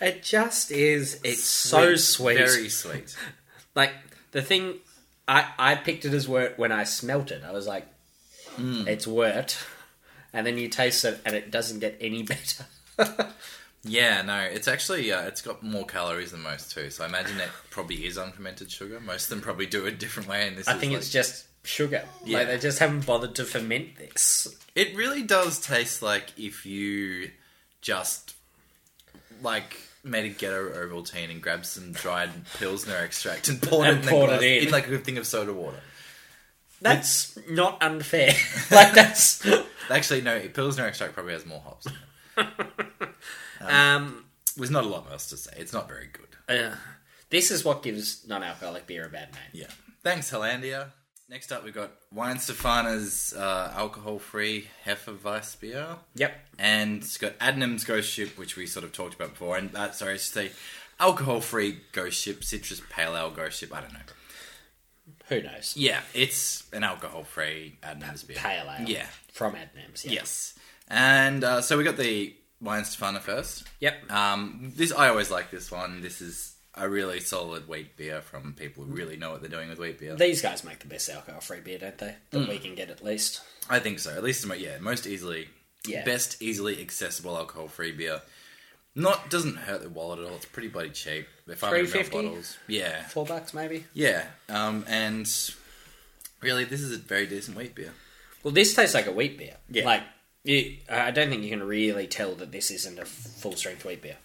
Speaker 2: It just is. It's so sweet.
Speaker 1: Very sweet.
Speaker 2: like the thing I I picked it as wort when I smelt it. I was like,
Speaker 1: Hmm.
Speaker 2: it's wort, and then you taste it and it doesn't get any [laughs] better.
Speaker 1: Yeah, no, it's actually uh, it's got more calories than most too. So I imagine it probably is unfermented sugar. Most of them probably do it a different way, and this
Speaker 2: I
Speaker 1: is
Speaker 2: think
Speaker 1: like-
Speaker 2: it's just sugar.
Speaker 1: Yeah.
Speaker 2: Like they just haven't bothered to ferment this.
Speaker 1: It really does taste like if you just like made a ghetto Ovaltine and grabbed some dried pilsner extract and poured
Speaker 2: And
Speaker 1: it in,
Speaker 2: poured
Speaker 1: the glass,
Speaker 2: it in.
Speaker 1: like a good thing of soda water.
Speaker 2: That's
Speaker 1: [laughs]
Speaker 2: not unfair. like that's
Speaker 1: Actually, no, pilsner extract probably has more hops.
Speaker 2: [laughs] um.
Speaker 1: There's not a lot else to say. It's not very good.
Speaker 2: uh, this is what gives non-alcoholic beer a bad name.
Speaker 1: Yeah. Thanks, Hollandia. Next up, we've got Wine Stefana's uh, alcohol-free Hefeweiss beer.
Speaker 2: Yep.
Speaker 1: and it's got Adnam's Ghost Ship, which we sort of talked about before, and uh, sorry, it's the alcohol-free Ghost Ship, citrus pale ale Ghost Ship. I don't know.
Speaker 2: Who knows?
Speaker 1: Yeah, it's an alcohol-free Adnam's beer.
Speaker 2: Pale ale.
Speaker 1: Yeah.
Speaker 2: From Adnams. Yeah.
Speaker 1: Yes, and uh, so we got the Wine Stefana first.
Speaker 2: Yep.
Speaker 1: Um, this I always like this one. This is a really solid wheat beer from people who really know what they're doing with wheat beer.
Speaker 2: These guys make the best alcohol-free beer, don't they? That
Speaker 1: Mm.
Speaker 2: we can get at least.
Speaker 1: I think so. At least, yeah, most easily,
Speaker 2: Yeah.
Speaker 1: best easily accessible alcohol-free beer. Not doesn't hurt the wallet at all. It's pretty bloody cheap. They're 500 ml
Speaker 2: 350?
Speaker 1: bottles. Yeah,
Speaker 2: Four bucks maybe.
Speaker 1: yeah. Um, and really, this is a very decent wheat beer.
Speaker 2: Well, this tastes like a wheat beer.
Speaker 1: Yeah.
Speaker 2: Like, you, I don't think you can really tell that this isn't a full strength wheat beer.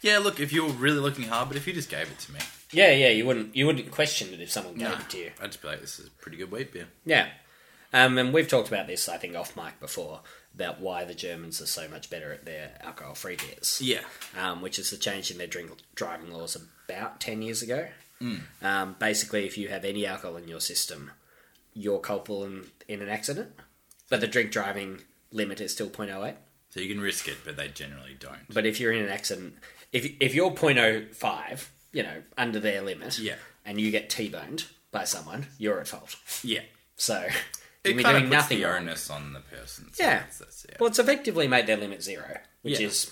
Speaker 1: Yeah, look, if you were really looking hard, but if you just gave it to me,
Speaker 2: Yeah, yeah, you wouldn't you wouldn't question it if someone gave
Speaker 1: nah,
Speaker 2: it to you.
Speaker 1: I'd just be like, this is a pretty good wheat beer.
Speaker 2: Yeah. Um, and we've talked about this, I think, off mic before about why the Germans are so much better at their alcohol-free beers.
Speaker 1: Yeah.
Speaker 2: um, which is the change in their drink driving laws about 10 years ago.
Speaker 1: Mm.
Speaker 2: Um, basically, if you have any alcohol in your system, you're culpable in, in an accident, but the drink driving limit is still 0.08.
Speaker 1: So you can risk it, but they generally don't.
Speaker 2: But if you're in an accident, if, if you're 0.05, you know, under their limit,
Speaker 1: Yeah.
Speaker 2: and you get T boned by someone, you're at fault.
Speaker 1: Yeah.
Speaker 2: So
Speaker 1: It
Speaker 2: you'll be
Speaker 1: kind of
Speaker 2: doing
Speaker 1: puts
Speaker 2: nothing
Speaker 1: the
Speaker 2: wrong.
Speaker 1: onus on the person. So
Speaker 2: Yeah.
Speaker 1: That's, that's, yeah.
Speaker 2: Well, it's effectively made their limit zero, which
Speaker 1: Yeah.
Speaker 2: is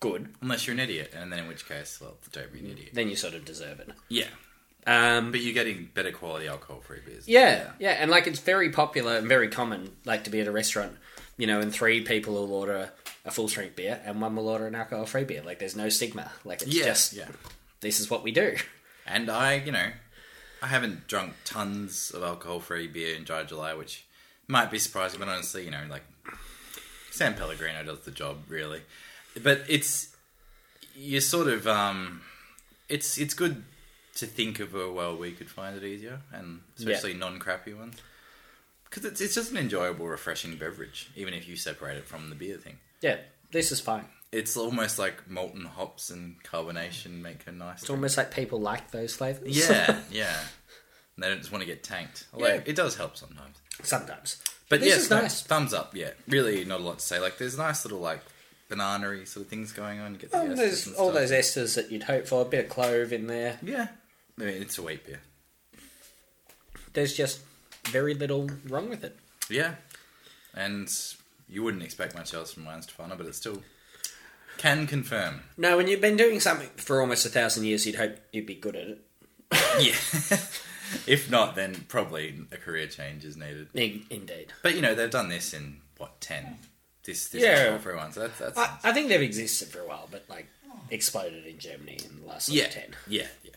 Speaker 2: good.
Speaker 1: Unless you're an idiot, and then in which case, well, don't be an idiot.
Speaker 2: Then you sort of deserve it.
Speaker 1: Yeah.
Speaker 2: Um,
Speaker 1: But you're getting better quality alcohol-free beers.
Speaker 2: Yeah, yeah, and like it's very popular and very common, like to be at a restaurant, you know, and three people will order a full strength beer and one will order an alcohol free beer. Like there's no stigma. Like it's
Speaker 1: Yeah.
Speaker 2: just
Speaker 1: yeah.
Speaker 2: this is what we do.
Speaker 1: And I, you know, I haven't drunk tons of alcohol-free beer in Dry July, which might be surprising, but honestly, you know, like San Pellegrino does the job really. But it's you sort of um, it's it's good to think of a world where you could find it easier, and especially non-crappy ones. Because it's, it's just an enjoyable, refreshing beverage, even if you separate it from the beer thing.
Speaker 2: Yeah, this is fine.
Speaker 1: It's almost like molten hops and carbonation make a nice.
Speaker 2: It's almost like people like those flavors.
Speaker 1: Yeah, yeah. And they don't just want to get tanked. Although
Speaker 2: Yeah.
Speaker 1: it does help sometimes.
Speaker 2: [laughs] sometimes.
Speaker 1: But
Speaker 2: This
Speaker 1: yes,
Speaker 2: is
Speaker 1: no,
Speaker 2: nice.
Speaker 1: thumbs up. Yeah, really not a lot to say. Like there's nice little like banana-y sort of things going on. You get the
Speaker 2: All
Speaker 1: esters
Speaker 2: those,
Speaker 1: and
Speaker 2: Oh, all
Speaker 1: stuff.
Speaker 2: those e- esters that you'd hope for, a bit of clove in there.
Speaker 1: Yeah, I mean it's a wheat beer.
Speaker 2: There's just very little wrong with it.
Speaker 1: Yeah, and you wouldn't expect much else from Wine Stefano, but it still can confirm.
Speaker 2: No, when you've been doing something for almost a thousand years, you'd hope you'd be good at it.
Speaker 1: Yeah. if not, then probably a career change is needed.
Speaker 2: In- Indeed.
Speaker 1: But you know they've done this in what ten. This this
Speaker 2: Yeah.
Speaker 1: yeah. for one. So that's that's
Speaker 2: I, I think they've existed for a while, but like exploded in Germany in the last like,
Speaker 1: yeah,
Speaker 2: ten.
Speaker 1: Yeah, yeah.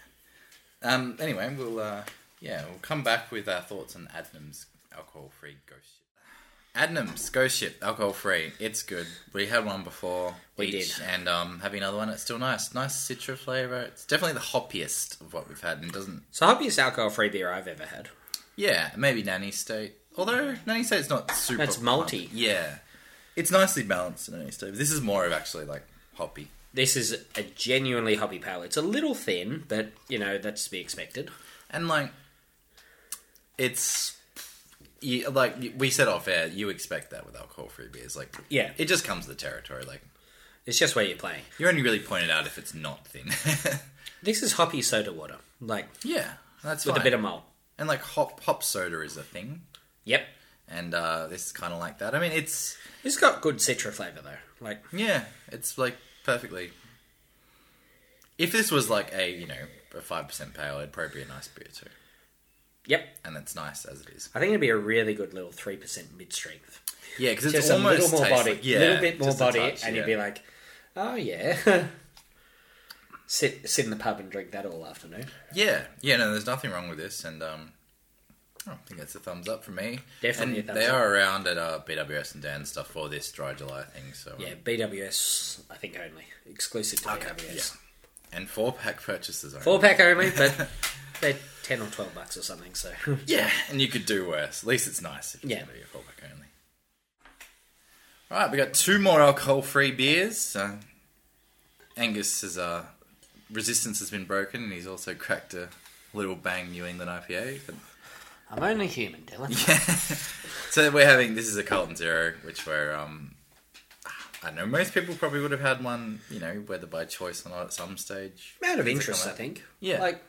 Speaker 1: Um, anyway, we'll uh, yeah, we'll come back with our thoughts on Adnam's alcohol-free ghost ship. Adnam's ghost ship, alcohol-free. It's good. We had one before.
Speaker 2: We
Speaker 1: each,
Speaker 2: did.
Speaker 1: and um, having another one. It's still nice. Nice citra flavor. It's definitely the hoppiest of what we've had, and it doesn't.
Speaker 2: So hoppiest alcohol-free beer I've ever had.
Speaker 1: Yeah, maybe Nanny State. Although Nanny State's not super.
Speaker 2: That's malty.
Speaker 1: hoppy. Yeah, it's nicely balanced in Nanny State. This is more of actually like hoppy.
Speaker 2: This is a genuinely hobby pale. It's a little thin, but you know that's to be expected.
Speaker 1: And like, it's you, like you- we said off air. You expect that with alcohol-free beers, like
Speaker 2: Yeah.
Speaker 1: it just comes with the territory. Like
Speaker 2: It's just where you're playing.
Speaker 1: you're only really pointed out if it's not thin. [laughs]
Speaker 2: This is hoppy soda water, like
Speaker 1: yeah, that's
Speaker 2: with
Speaker 1: fine.
Speaker 2: a bit of malt.
Speaker 1: and like hop hop soda is a thing,
Speaker 2: Yep,
Speaker 1: and uh, this is kind of like that. I mean, it's
Speaker 2: it's got good citra flavour though. Like
Speaker 1: yeah, it's like perfectly. If this was like a you know a five percent pale, it'd probably be a nice beer too,
Speaker 2: yep,
Speaker 1: and it's nice as it is.
Speaker 2: I think it'd be a really good little three percent mid strength.
Speaker 1: Yeah, because it's
Speaker 2: Just a
Speaker 1: almost
Speaker 2: little more
Speaker 1: tastes
Speaker 2: body,
Speaker 1: like- yeah,
Speaker 2: little bit more
Speaker 1: just a
Speaker 2: body,
Speaker 1: touch,
Speaker 2: and
Speaker 1: yeah.
Speaker 2: you'd be like, oh yeah. [laughs] Sit, sit in the pub and drink that all afternoon.
Speaker 1: Yeah, yeah, no, there's nothing wrong with this, and um, I don't think that's a thumbs up for me.
Speaker 2: Definitely
Speaker 1: and
Speaker 2: a
Speaker 1: they
Speaker 2: thumbs up.
Speaker 1: are around at uh, BWS and Dan stuff for this Dry July thing. So um,
Speaker 2: Yeah, BWS, I think only. Exclusive to
Speaker 1: Okay,
Speaker 2: BWS.
Speaker 1: and four pack purchases only.
Speaker 2: Four pack only, but [laughs] they're 10 or 12 bucks or
Speaker 1: [laughs]
Speaker 2: something, so.
Speaker 1: Yeah, and you could do worse. At least it's nice if you
Speaker 2: Yeah.
Speaker 1: can do your four pack only. All right, we got two more alcohol-free beers. Uh, Angus has uh, resistance has been broken, and he's also cracked a little bang New England IPA. But
Speaker 2: I'm only human, Dylan.
Speaker 1: So we're having this is a Carlton Zero, which we're um, I don't know most people probably would have had one, you know, whether by choice or not at some stage.
Speaker 2: Out
Speaker 1: Things
Speaker 2: of
Speaker 1: that
Speaker 2: interest,
Speaker 1: come
Speaker 2: I
Speaker 1: out.
Speaker 2: think.
Speaker 1: Yeah.
Speaker 2: Like,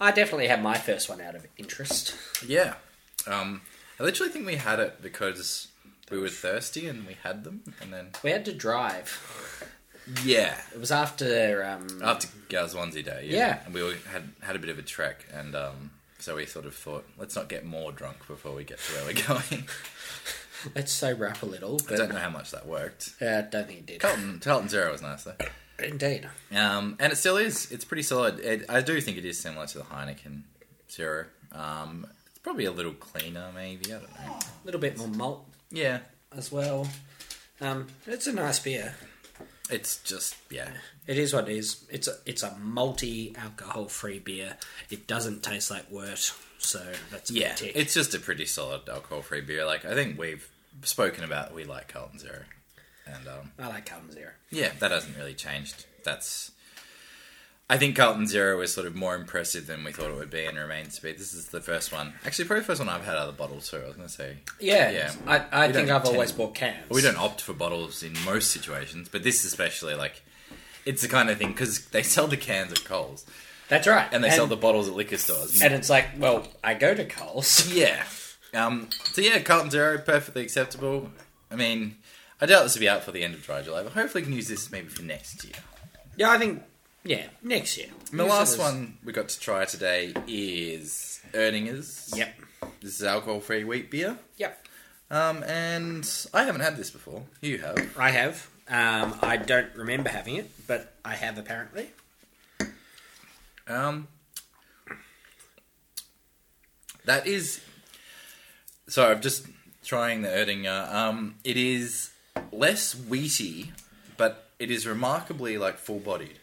Speaker 2: I definitely had my first one out of interest.
Speaker 1: Yeah, um, I literally think we had it because we were thirsty and we had them, and then
Speaker 2: We had to drive.
Speaker 1: yeah,
Speaker 2: It was after. Um,
Speaker 1: after Gazwanzi Day, yeah,
Speaker 2: Yeah.
Speaker 1: and we all had had a bit of a trek, and um, so we sort of thought, let's not get more drunk before we get to where we're [laughs] going.
Speaker 2: Let's sober up a little,
Speaker 1: I
Speaker 2: but
Speaker 1: don't know how much that worked.
Speaker 2: uh, don't think it did.
Speaker 1: Carlton, Carlton Zero was nice though.
Speaker 2: Indeed.
Speaker 1: Um, and it still is. It's pretty solid. It, I do think it is similar to the Heineken Zero. Um, it's probably a little cleaner, maybe. I don't know.
Speaker 2: A little bit more malt
Speaker 1: Yeah.
Speaker 2: as well. Um, it's a nice beer.
Speaker 1: It's just yeah.
Speaker 2: It is what it is. It's a, it's a multi alcohol free beer. It doesn't taste like wort, so that's a
Speaker 1: Yeah,
Speaker 2: big tick.
Speaker 1: it's just a pretty solid alcohol-free beer. Like I think we've spoken about, we like Carlton Zero, and um,
Speaker 2: I like Carlton Zero.
Speaker 1: yeah, that hasn't really changed. That's, I think Carlton Zero is sort of more impressive than we thought it would be, and remains to be. This is the first one, actually, probably the first one I've had out of the bottle too. I was gonna say,
Speaker 2: Yeah,
Speaker 1: Yeah.
Speaker 2: I, I
Speaker 1: We
Speaker 2: think
Speaker 1: don't
Speaker 2: I've always
Speaker 1: tend-
Speaker 2: bought cans.
Speaker 1: we don't opt for bottles in most situations, but this especially, like, it's the kind of thing because they sell the cans at Coles
Speaker 2: That's right.
Speaker 1: and they sell the bottles at liquor stores.
Speaker 2: [laughs] And it's like, well, I go to Coles. [laughs]
Speaker 1: Yeah. Um, so yeah, Carlton Zero, perfectly acceptable. I mean, I doubt this will be out for the end of dry July, but hopefully we can use this maybe for next year.
Speaker 2: Yeah, I think. Yeah, next year.
Speaker 1: And the last one we got to try today is Erdinger's.
Speaker 2: Yep.
Speaker 1: This is alcohol-free wheat beer.
Speaker 2: Yep.
Speaker 1: Um, and I haven't had this before. You have.
Speaker 2: I have. Um, I don't remember having it, but I have apparently.
Speaker 1: Um, that is. So I'm just trying the Erdinger. Um, it is less wheaty, but it is remarkably like full bodied.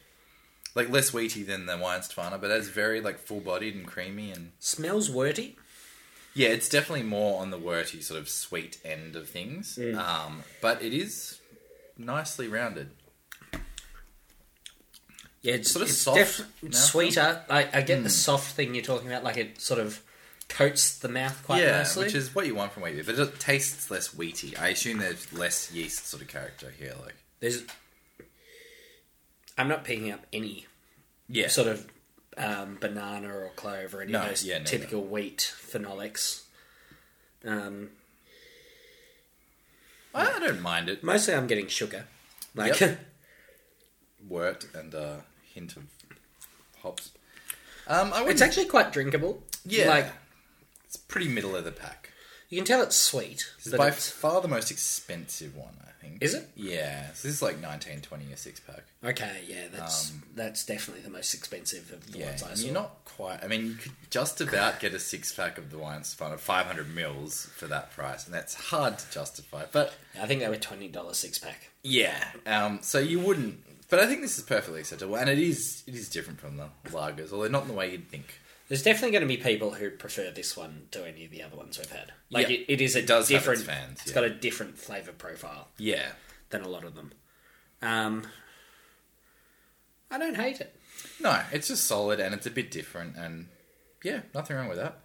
Speaker 1: Like less wheaty than the Weinstefana, but that's very like full bodied and creamy and
Speaker 2: Smells worty.
Speaker 1: yeah, it's definitely more on the worty sort of sweet end of things. Um, but it is nicely rounded.
Speaker 2: Yeah, it's
Speaker 1: Sort of
Speaker 2: it's
Speaker 1: soft Hmm.
Speaker 2: def-
Speaker 1: mouthfeel.
Speaker 2: sweeter. I, I get the soft thing you're talking about. Like it sort of coats the mouth quite
Speaker 1: yeah,
Speaker 2: nicely.
Speaker 1: which is what you want from wheat beer, but it tastes less wheaty. I assume there's less yeast sort of character here, like
Speaker 2: There's. I'm not picking up any
Speaker 1: yeah,
Speaker 2: sort of um, banana or clove or any
Speaker 1: No,
Speaker 2: of those
Speaker 1: yeah, neither.
Speaker 2: typical wheat phenolics. Um,
Speaker 1: I I don't mind it.
Speaker 2: mostly, I'm getting sugar. Like,
Speaker 1: Yep. Wort and a hint of hops. Um, I
Speaker 2: [laughs] it's
Speaker 1: would.
Speaker 2: actually quite drinkable.
Speaker 1: Yeah,
Speaker 2: like
Speaker 1: it's pretty middle of the pack.
Speaker 2: you can tell it's sweet.
Speaker 1: It's
Speaker 2: but
Speaker 1: by
Speaker 2: it's-
Speaker 1: far the most expensive one, I think.
Speaker 2: Is it?
Speaker 1: Yeah. So this is like nineteen twenty a six pack.
Speaker 2: okay, yeah, that's that's definitely the most expensive of the
Speaker 1: Um, Yeah,
Speaker 2: ones I
Speaker 1: and
Speaker 2: saw.
Speaker 1: you're not quite. I mean, you could just about get a six pack of the wine fun of five hundred mils for that price, and that's hard to justify. But
Speaker 2: I think they were twenty dollars six pack.
Speaker 1: Yeah. Um, so you wouldn't, but I think this is perfectly acceptable, and it is it is different from the lagers, although not in the way you'd think.
Speaker 2: There's definitely going to be people who prefer this one to any of the other ones we've had. Like
Speaker 1: Yeah.
Speaker 2: it, it is a
Speaker 1: It does have its
Speaker 2: different.
Speaker 1: fans,
Speaker 2: It's
Speaker 1: yeah.
Speaker 2: got a different flavor profile
Speaker 1: Yeah.
Speaker 2: than a lot of them. Um, I don't hate it.
Speaker 1: No, it's just solid and it's a bit different, and yeah, nothing wrong with that.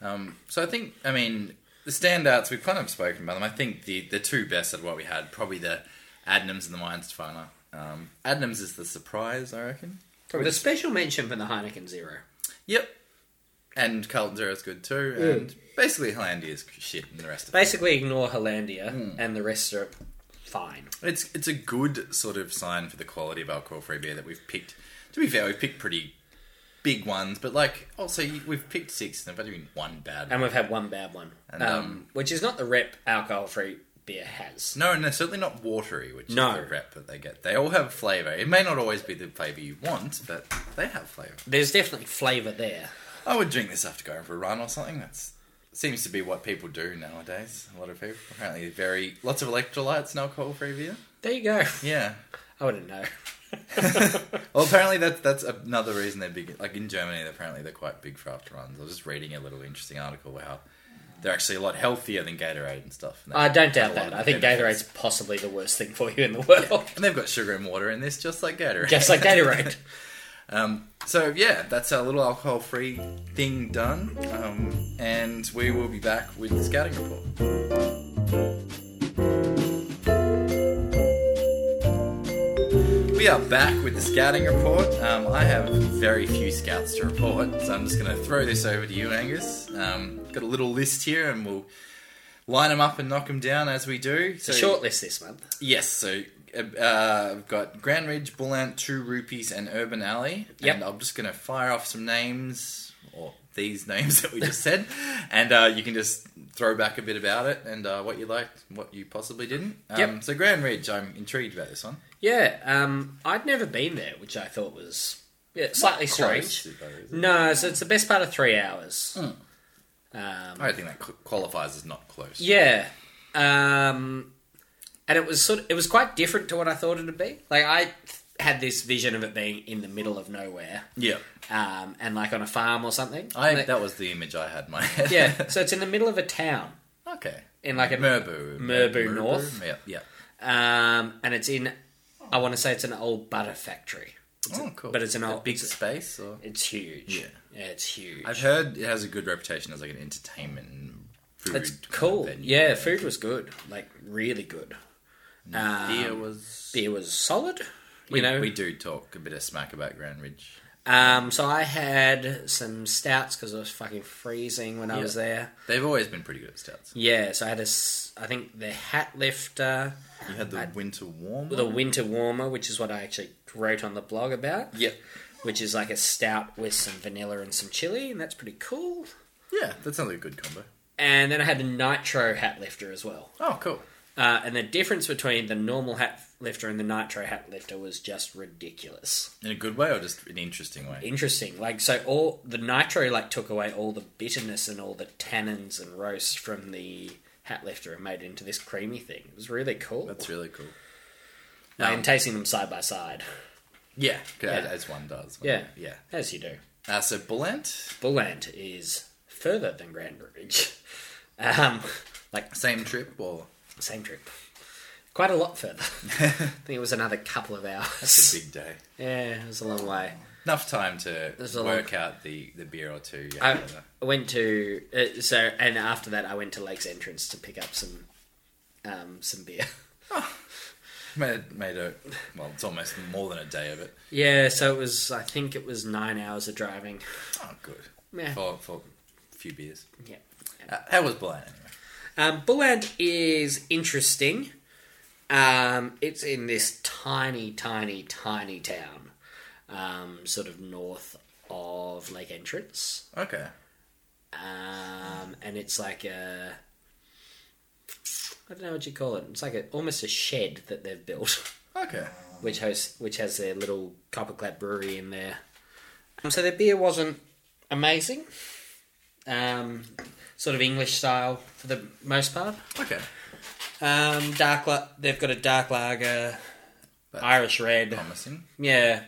Speaker 1: Um, so I think, I mean, the standouts we've kind of spoken about them. I think the the two best of what we had probably the Adnams and the Weinsteiner. Um, Adnams is the surprise, I reckon.
Speaker 2: With a special mention for the Heineken Zero.
Speaker 1: Yep. And Carlton Zero is good too, and basically Hollandia is shit, and the rest of it.
Speaker 2: Basically, ignore Hollandia,
Speaker 1: Hmm.
Speaker 2: and the rest are fine.
Speaker 1: It's it's a good sort of sign for the quality of alcohol free beer that we've picked. To be fair, we've picked pretty big ones, but like also you- we've picked six and there've only been one bad. one.
Speaker 2: And we've had one bad one,
Speaker 1: And,
Speaker 2: um,
Speaker 1: um,
Speaker 2: which is not the rep alcohol-free beer has.
Speaker 1: No, and they're certainly not watery, which
Speaker 2: No.
Speaker 1: is the rep that they get. They all have flavour. It may not always be the flavour you want, but they have flavour.
Speaker 2: There's definitely flavour there.
Speaker 1: I would drink this after going for a run or something. That's seems to be what people do nowadays. A lot of people apparently very lots of electrolytes and alcohol free beer.
Speaker 2: There you go.
Speaker 1: Yeah.
Speaker 2: I wouldn't know.
Speaker 1: Well, apparently that that's another reason they're big. Like in Germany, apparently they're quite big for after runs. I was just reading a little interesting article where how they're actually a lot healthier than Gatorade and stuff. And they-
Speaker 2: I don't
Speaker 1: a lot
Speaker 2: doubt that.
Speaker 1: of
Speaker 2: I think
Speaker 1: benefits.
Speaker 2: Gatorade's possibly the worst thing for you in the world.
Speaker 1: And they've got sugar and water in this, just like Gatorade.
Speaker 2: Just like
Speaker 1: [laughs]
Speaker 2: Gatorade.
Speaker 1: so yeah, that's our little alcohol-free thing done, um, and we will be back with the scouting report. We are back with the scouting report. Um, I have very few scouts to report, so I'm just going to throw this over to you, Angus. Um, got a little list here, and we'll line them up and knock them down as we do.
Speaker 2: It's a shortlist this month.
Speaker 1: Yes, so uh, I've got Grand Ridge, Bullant, Two Rupees, and Urban Alley.
Speaker 2: Yep.
Speaker 1: And I'm just going to fire off some names, or these [laughs] names that we just said, and uh, you can just throw back a bit about it and uh, what you liked, what you possibly didn't. Um,
Speaker 2: Yep.
Speaker 1: So Grand Ridge, I'm intrigued about this one.
Speaker 2: Yeah, um, I'd never been there, which I thought was yeah, slightly strange.
Speaker 1: Close, though, is it?
Speaker 2: No, so it's the best part of three hours. Um,
Speaker 1: Hmm. I don't think that qu- qualifies as not close.
Speaker 2: Yeah. Um, and it was sort of, it was quite different to what I thought it would be. Like I had this vision of it being in the middle of nowhere,
Speaker 1: Yeah.
Speaker 2: um, and like on a farm or something.
Speaker 1: I
Speaker 2: And
Speaker 1: [laughs]
Speaker 2: it-
Speaker 1: that was the image I had in my head.
Speaker 2: yeah, so it's in the middle of a town
Speaker 1: [laughs] okay.
Speaker 2: in like a
Speaker 1: Merbu.
Speaker 2: Merbu North.
Speaker 1: Yeah. Yeah.
Speaker 2: um, and it's in I want to say it's an old butter factory,
Speaker 1: oh, cool.
Speaker 2: but it's an
Speaker 1: A
Speaker 2: old
Speaker 1: big
Speaker 2: It's,
Speaker 1: space. Or?
Speaker 2: it's huge.
Speaker 1: Yeah.
Speaker 2: it's huge.
Speaker 1: I've heard it has a good reputation as like an entertainment and food.
Speaker 2: It's
Speaker 1: kind of
Speaker 2: cool.
Speaker 1: venue.
Speaker 2: Yeah, food was good, like really good. Um,
Speaker 1: Beer was.
Speaker 2: beer was solid. You
Speaker 1: We,
Speaker 2: know,
Speaker 1: we do talk a bit of smack about Grand Ridge.
Speaker 2: um, so I had some stouts because it was fucking freezing when I
Speaker 1: Yeah.
Speaker 2: was there.
Speaker 1: They've always been pretty good at stouts.
Speaker 2: Yeah, so I had a, s- I think the hat lifter,
Speaker 1: You had the winter warm.
Speaker 2: the winter warmer, which is what I actually wrote on the blog about,
Speaker 1: yeah.
Speaker 2: which is like a stout with some vanilla and some chili, and that's pretty cool.
Speaker 1: Yeah, that sounds like a good combo.
Speaker 2: And then I had a nitro hat lifter as well.
Speaker 1: Oh, cool.
Speaker 2: Uh, and the difference between the normal hat lifter and the nitro hat lifter was just ridiculous.
Speaker 1: In a good way or just an interesting way?
Speaker 2: Interesting. Like so all the nitro like took away all the bitterness and all the tannins and roast from the hat lifter and made it into this creamy thing. It was really cool.
Speaker 1: That's really cool.
Speaker 2: Like, and tasting them side by side.
Speaker 1: Yeah, as-
Speaker 2: Yeah.
Speaker 1: as one does.
Speaker 2: Yeah.
Speaker 1: yeah.
Speaker 2: As you do.
Speaker 1: Uh, so Bullant,
Speaker 2: Bullant is further than Grand Ridge. [laughs] Um like
Speaker 1: same trip or
Speaker 2: same trip. Quite a lot further. I think it was another couple of hours. [laughs]
Speaker 1: it's a big day.
Speaker 2: Yeah, it was a long way.
Speaker 1: Enough time to
Speaker 2: There's a
Speaker 1: work out the, the beer or two. you
Speaker 2: I
Speaker 1: have there.
Speaker 2: I went to uh, so, and after that, I went to Lake's entrance to pick up some um, some beer. [laughs]
Speaker 1: made made a well, it's almost more than a day of it.
Speaker 2: Yeah, so it was. I think it was nine hours of driving.
Speaker 1: Oh, good
Speaker 2: Yeah,
Speaker 1: for for a few beers.
Speaker 2: yeah.
Speaker 1: Uh, how was Bullant anyway?
Speaker 2: Um, Bulland is interesting. Um, it's in this tiny, tiny, tiny town, um, sort of north of Lake Entrance.
Speaker 1: Okay,
Speaker 2: um, and it's like a I don't know what you call it. It's like a, almost a shed that they've built, [laughs]
Speaker 1: okay,
Speaker 2: which hosts which has their little copperclap brewery in there. Um, so their beer wasn't amazing, um, sort of English style for the most part.
Speaker 1: okay.
Speaker 2: Um, dark, la- they've got a dark lager,
Speaker 1: That's
Speaker 2: Irish red.
Speaker 1: Promising.
Speaker 2: Yeah,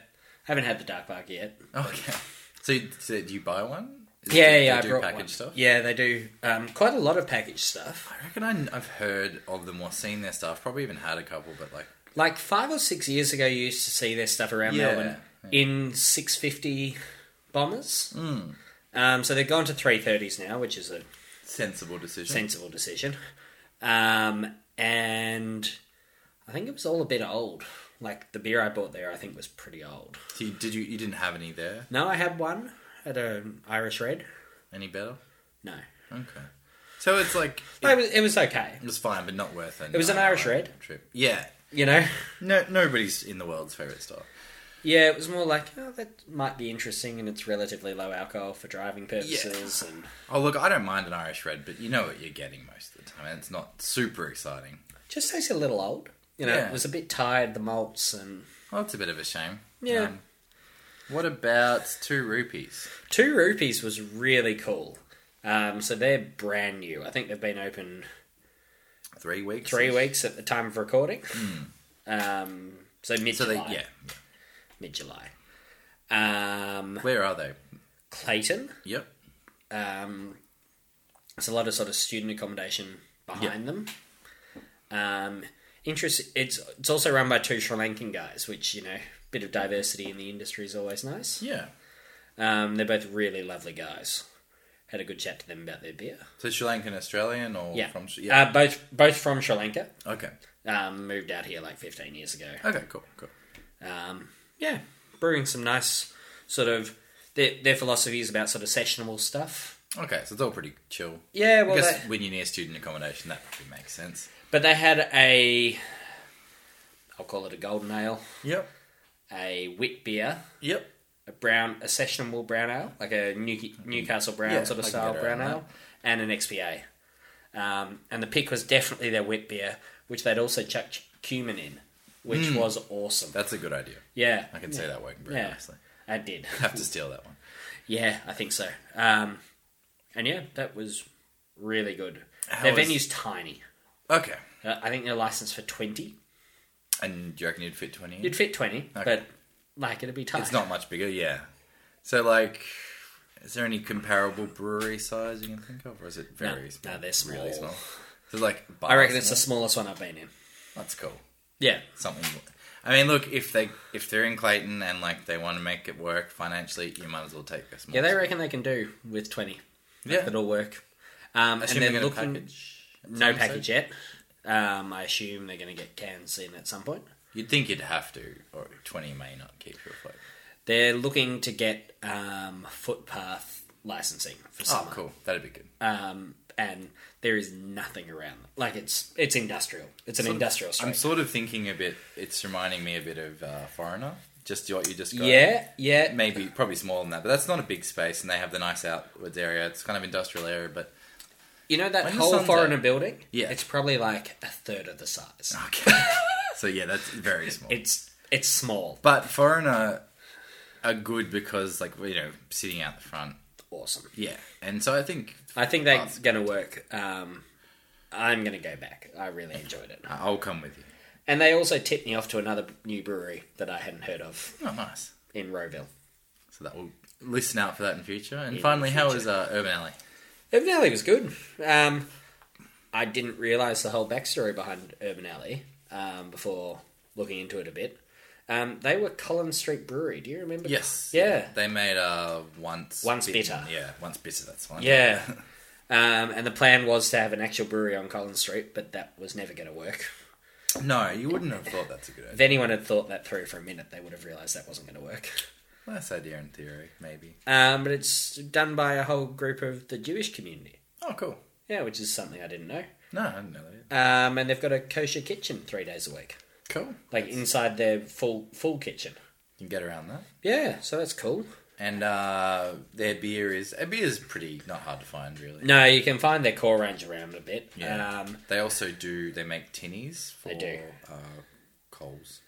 Speaker 2: haven't had the dark lager yet.
Speaker 1: Okay. So, you, so do you buy one? Is they-
Speaker 2: Yeah,
Speaker 1: they
Speaker 2: yeah,
Speaker 1: do
Speaker 2: I brought
Speaker 1: package
Speaker 2: one.
Speaker 1: stuff.
Speaker 2: Yeah, they do um, quite a lot of packaged stuff.
Speaker 1: I reckon I, I've heard of them or seen their stuff. Probably even had a couple, but like
Speaker 2: Like five or six years ago, you used to see their stuff around
Speaker 1: Yeah,
Speaker 2: Melbourne in 650 bombers.
Speaker 1: Hmm.
Speaker 2: Um, so they've gone to 330s now, which is a
Speaker 1: sensible decision.
Speaker 2: sensible decision. Um, and I think it was all a bit old. Like the beer I bought there, I think was pretty old.
Speaker 1: So you, did you? You didn't have any there?
Speaker 2: No, I had one at an Irish Red.
Speaker 1: Any better?
Speaker 2: No,
Speaker 1: Okay. So it's like
Speaker 2: no
Speaker 1: it
Speaker 2: it, was, it was okay.
Speaker 1: was fine, but not worth it.
Speaker 2: It was an Irish red.
Speaker 1: trip. Yeah.
Speaker 2: You know,
Speaker 1: No, nobody's in the world's favorite style.
Speaker 2: yeah, it was more like oh, that might be interesting, and it's relatively low alcohol for driving purposes. And
Speaker 1: Oh look, I don't mind an Irish red, but you know what you're getting most of the time. and It's not super exciting.
Speaker 2: just tastes a little old. You know,
Speaker 1: Yeah.
Speaker 2: it was a bit tired, the malts, and um,
Speaker 1: Well, that's a bit of a shame. Um,
Speaker 2: Yeah.
Speaker 1: what about two rupees?
Speaker 2: two rupees was really cool. Um, so they're brand new. I think they've been open
Speaker 1: Three weeks.
Speaker 2: three weeks at the time of recording. Um, so mid
Speaker 1: Hmm. So they
Speaker 2: July,
Speaker 1: yeah.
Speaker 2: mid July. Um,
Speaker 1: Where are they?
Speaker 2: Clayton.
Speaker 1: Yep.
Speaker 2: Um, there's a lot of sort of student accommodation behind them. Um, interest. It's it's also run by two Sri Lankan guys, which you know, bit of diversity in the industry is always nice.
Speaker 1: Yeah.
Speaker 2: Um, they're both really lovely guys. Had a good chat to them about their beer.
Speaker 1: So Sri Lankan Australian or
Speaker 2: Yeah,
Speaker 1: from Sri- yeah.
Speaker 2: Uh, both both from Sri Lanka.
Speaker 1: okay.
Speaker 2: Um, moved out here like 15 years ago.
Speaker 1: Okay, cool, cool.
Speaker 2: Um, yeah, brewing some nice sort of their their philosophy is about sort of sessionable stuff.
Speaker 1: Okay, so it's all pretty chill.
Speaker 2: Yeah, well,
Speaker 1: I guess
Speaker 2: they-
Speaker 1: when you're near student accommodation, that probably makes sense.
Speaker 2: but they had a I'll call it a golden ale,
Speaker 1: Yep.
Speaker 2: a wit beer,
Speaker 1: Yep.
Speaker 2: a brown a sessionable brown ale, like a New, Newcastle brown
Speaker 1: Yeah,
Speaker 2: sort of
Speaker 1: I can
Speaker 2: style
Speaker 1: get
Speaker 2: brown
Speaker 1: around
Speaker 2: ale, and an XPA. Um, and the pick was definitely their wit beer, which they'd also chucked cumin in, which was awesome.
Speaker 1: That's a good idea.
Speaker 2: yeah,
Speaker 1: Hmm. I can see that working very
Speaker 2: Yeah.
Speaker 1: nicely.
Speaker 2: I did. [laughs]
Speaker 1: Have to steal that one.
Speaker 2: Yeah, I think so. Um, and yeah, that was really good.
Speaker 1: How
Speaker 2: their
Speaker 1: is-
Speaker 2: venue's tiny.
Speaker 1: Okay.
Speaker 2: Uh, I think they're licensed for 20.
Speaker 1: And do you reckon you'd fit 20 in?
Speaker 2: You'd fit 20,
Speaker 1: Okay.
Speaker 2: but like it'd be tough.
Speaker 1: It's not much bigger, yeah. So, like, is there any comparable brewery size you can think of, or is it
Speaker 2: No,
Speaker 1: very small?
Speaker 2: no, they're small.
Speaker 1: Really small. So, like,
Speaker 2: I reckon it's the
Speaker 1: small.
Speaker 2: smallest one I've been in.
Speaker 1: that's cool.
Speaker 2: Yeah.
Speaker 1: Something. I mean, look, if they if they're in Clayton and like they want to make it work financially, you might as well take a small.
Speaker 2: Yeah, they reckon they can do with 20.
Speaker 1: Yeah.
Speaker 2: It'll work. Um, and
Speaker 1: Assuming
Speaker 2: they're
Speaker 1: they're
Speaker 2: looking.
Speaker 1: gonna package. at
Speaker 2: No
Speaker 1: some stage.
Speaker 2: package yet. Um, I assume they're going to get cans in at some point.
Speaker 1: You'd think you'd have to, or twenty may not keep you afloat.
Speaker 2: They're looking to get um, footpath licensing for
Speaker 1: Oh,
Speaker 2: summer,
Speaker 1: cool. That'd be good.
Speaker 2: um, and there is nothing around. Like it's it's industrial. It's an industrial
Speaker 1: I'm
Speaker 2: street.
Speaker 1: sort of thinking a bit. It's reminding me a bit of uh, Foreigner. Just what you just got.
Speaker 2: Yeah, yeah.
Speaker 1: maybe probably smaller than that, but that's not a big space, and they have the nice outwards area. It's kind of industrial area, but
Speaker 2: You know that
Speaker 1: When the
Speaker 2: whole
Speaker 1: sun's
Speaker 2: foreigner
Speaker 1: out.
Speaker 2: building.
Speaker 1: Yeah. Ah.
Speaker 2: it's probably like a third of the size.
Speaker 1: okay. [laughs] so yeah, that's very small.
Speaker 2: It's it's small.
Speaker 1: but foreigner are good because like you know sitting out the front.
Speaker 2: Awesome.
Speaker 1: Yeah, and so I think uh,
Speaker 2: I think that's going to work. Um, I'm going to go back. I really enjoyed it.
Speaker 1: I'll come with you.
Speaker 2: And they also tipped me off to another new brewery that I hadn't heard of
Speaker 1: Oh, nice.
Speaker 2: in Roeville.
Speaker 1: So that will listen out for that in future. And
Speaker 2: In
Speaker 1: finally, how
Speaker 2: future.
Speaker 1: is uh, Urban Alley?
Speaker 2: Urban Alley was good. Um, I didn't realise the whole backstory behind Urban Alley um, before looking into it a bit. Um, they were Collins Street Brewery. Do you remember?
Speaker 1: Yes.
Speaker 2: Yeah.
Speaker 1: They made uh once
Speaker 2: Once
Speaker 1: Bitten.
Speaker 2: Bitter.
Speaker 1: Yeah, once bitter. That's one.
Speaker 2: Yeah. Um, and the plan was to have an actual brewery on Collins Street, but that was never going to work.
Speaker 1: No, you wouldn't have thought that's a good idea.
Speaker 2: If anyone had thought that through for a minute, they would have realised that wasn't going to work.
Speaker 1: Nice idea in theory, maybe.
Speaker 2: Um, but it's done by a whole group of the Jewish community.
Speaker 1: Oh, cool.
Speaker 2: Yeah, which is something I didn't know.
Speaker 1: No, I didn't know that.
Speaker 2: Um, and they've got a kosher kitchen three days a week,
Speaker 1: Cool.
Speaker 2: like inside their full full kitchen.
Speaker 1: You can get around that.
Speaker 2: Yeah, so that's cool.
Speaker 1: And uh, their beer is their beer is pretty not hard to find really.
Speaker 2: No, you can find their core range around a bit.
Speaker 1: Yeah.
Speaker 2: Um,
Speaker 1: They also do they make tinnies for
Speaker 2: They do.
Speaker 1: Uh, Coles.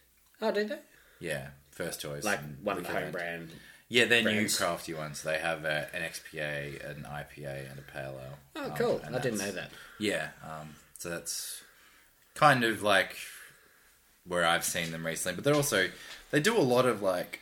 Speaker 2: oh, do they?
Speaker 1: Yeah, first choice.
Speaker 2: Like
Speaker 1: and
Speaker 2: one
Speaker 1: Wicked
Speaker 2: home
Speaker 1: Ranch.
Speaker 2: brand.
Speaker 1: Yeah, they're new
Speaker 2: brands.
Speaker 1: crafty ones. They have uh an XPA, an IPA, and a pale ale.
Speaker 2: Oh,
Speaker 1: Um,
Speaker 2: cool.
Speaker 1: and
Speaker 2: I didn't
Speaker 1: that's-
Speaker 2: know that.
Speaker 1: Yeah, um, so that's kind of like where I've seen them recently. But they're also they do a lot of like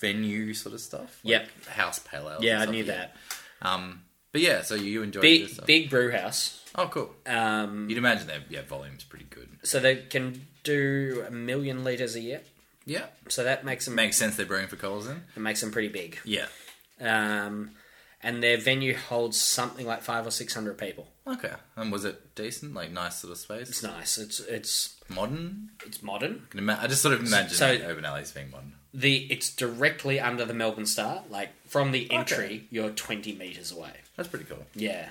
Speaker 1: venue sort of stuff. Like
Speaker 2: Yep.
Speaker 1: house pale ale.
Speaker 2: Yeah,
Speaker 1: and
Speaker 2: I
Speaker 1: stuff,
Speaker 2: knew that.
Speaker 1: Um, but yeah, so you enjoyed this
Speaker 2: Big
Speaker 1: stuff.
Speaker 2: big brew house.
Speaker 1: Oh, cool.
Speaker 2: Um,
Speaker 1: You'd imagine their yeah volume's pretty good.
Speaker 2: so they can do a million liters a year.
Speaker 1: Yeah,
Speaker 2: So that makes them
Speaker 1: makes sense. They're brewing for Coles then.
Speaker 2: it makes them pretty big.
Speaker 1: Yeah.
Speaker 2: Um, and their venue holds something like five or six hundred people.
Speaker 1: Okay. And was it decent? Like nice sort of space.
Speaker 2: It's nice. It's it's
Speaker 1: Modern.
Speaker 2: it's modern.
Speaker 1: Can ima- I just sort of imagine
Speaker 2: so-
Speaker 1: Urban Alley's being modern.
Speaker 2: the it's directly under the Melbourne Star. Like from the entry, you're twenty meters away.
Speaker 1: That's pretty cool.
Speaker 2: Yeah,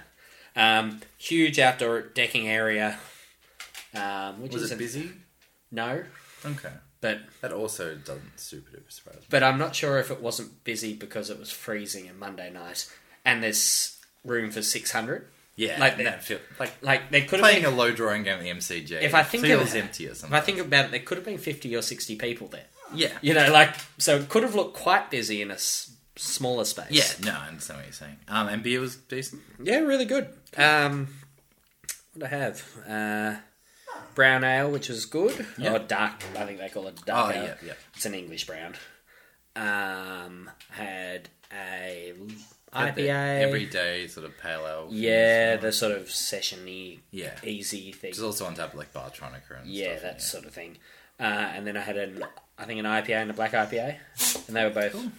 Speaker 2: um, huge outdoor decking area. Um, which
Speaker 1: Was
Speaker 2: is
Speaker 1: it busy?
Speaker 2: No,
Speaker 1: Okay.
Speaker 2: but
Speaker 1: That also doesn't super duper surprise me.
Speaker 2: but I'm not sure if it wasn't busy because it was freezing and Monday night, and there's room for six hundred.
Speaker 1: Yeah,
Speaker 2: like
Speaker 1: no,
Speaker 2: they,
Speaker 1: feel- like
Speaker 2: like they could have
Speaker 1: playing
Speaker 2: been.
Speaker 1: a low drawing game at the MCG.
Speaker 2: if I think
Speaker 1: feels
Speaker 2: of it-
Speaker 1: empty or
Speaker 2: if I
Speaker 1: something.
Speaker 2: think about it, there could have been fifty or sixty people there.
Speaker 1: yeah,
Speaker 2: You know, like so it could have looked quite busy in a s- smaller space.
Speaker 1: yeah. No, I understand what you're saying. Um, and beer was decent.
Speaker 2: Yeah, really good. Um, what do I have? Uh, brown ale, which was good.
Speaker 1: Yeah.
Speaker 2: Or dark, I think they call it dark
Speaker 1: Oh,
Speaker 2: ale.
Speaker 1: yeah, yeah.
Speaker 2: It's an English brown. Um, had a l-
Speaker 1: Had the
Speaker 2: IPA.
Speaker 1: everyday sort of pale ale. things,
Speaker 2: yeah,
Speaker 1: you know.
Speaker 2: the sort of sessiony,
Speaker 1: yeah.
Speaker 2: easy thing.
Speaker 1: It's also on tap like Bartronica and
Speaker 2: Yeah,
Speaker 1: stuff,
Speaker 2: that sort of thing. Uh, and then I had an, I think an IPA and a black IPA, and they were both
Speaker 1: Cool.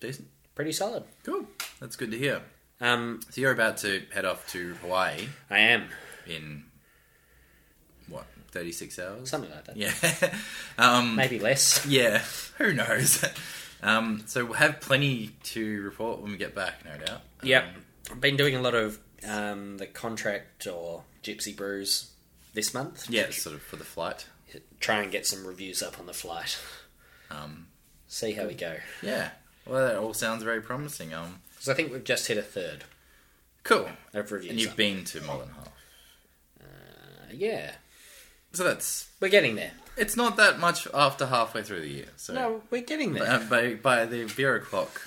Speaker 1: decent.
Speaker 2: pretty solid.
Speaker 1: Cool. That's good to hear.
Speaker 2: Um,
Speaker 1: So you're about to head off to Hawaii
Speaker 2: I am
Speaker 1: in what 36 hours?
Speaker 2: something like
Speaker 1: [laughs]
Speaker 2: that.
Speaker 1: yeah. um,
Speaker 2: Maybe less.
Speaker 1: Yeah, who knows? [laughs] um, so we'll have plenty to report when we get back, no doubt.
Speaker 2: Yep.
Speaker 1: Um,
Speaker 2: I've been doing a lot of um, the contract or gypsy brews this month.
Speaker 1: yeah, sort of for the flight.
Speaker 2: Try and get some reviews up on the flight.
Speaker 1: Um,
Speaker 2: See how we go.
Speaker 1: yeah, well, that all sounds very promising. Um,
Speaker 2: Because I think we've just hit a third
Speaker 1: cool.
Speaker 2: of reviews.
Speaker 1: And you've
Speaker 2: up.
Speaker 1: been to more than half,
Speaker 2: Uh, yeah.
Speaker 1: so that's
Speaker 2: We're getting there.
Speaker 1: it's not that much after halfway through the year. So
Speaker 2: No, we're getting there.
Speaker 1: uh, by by the beer o'clock,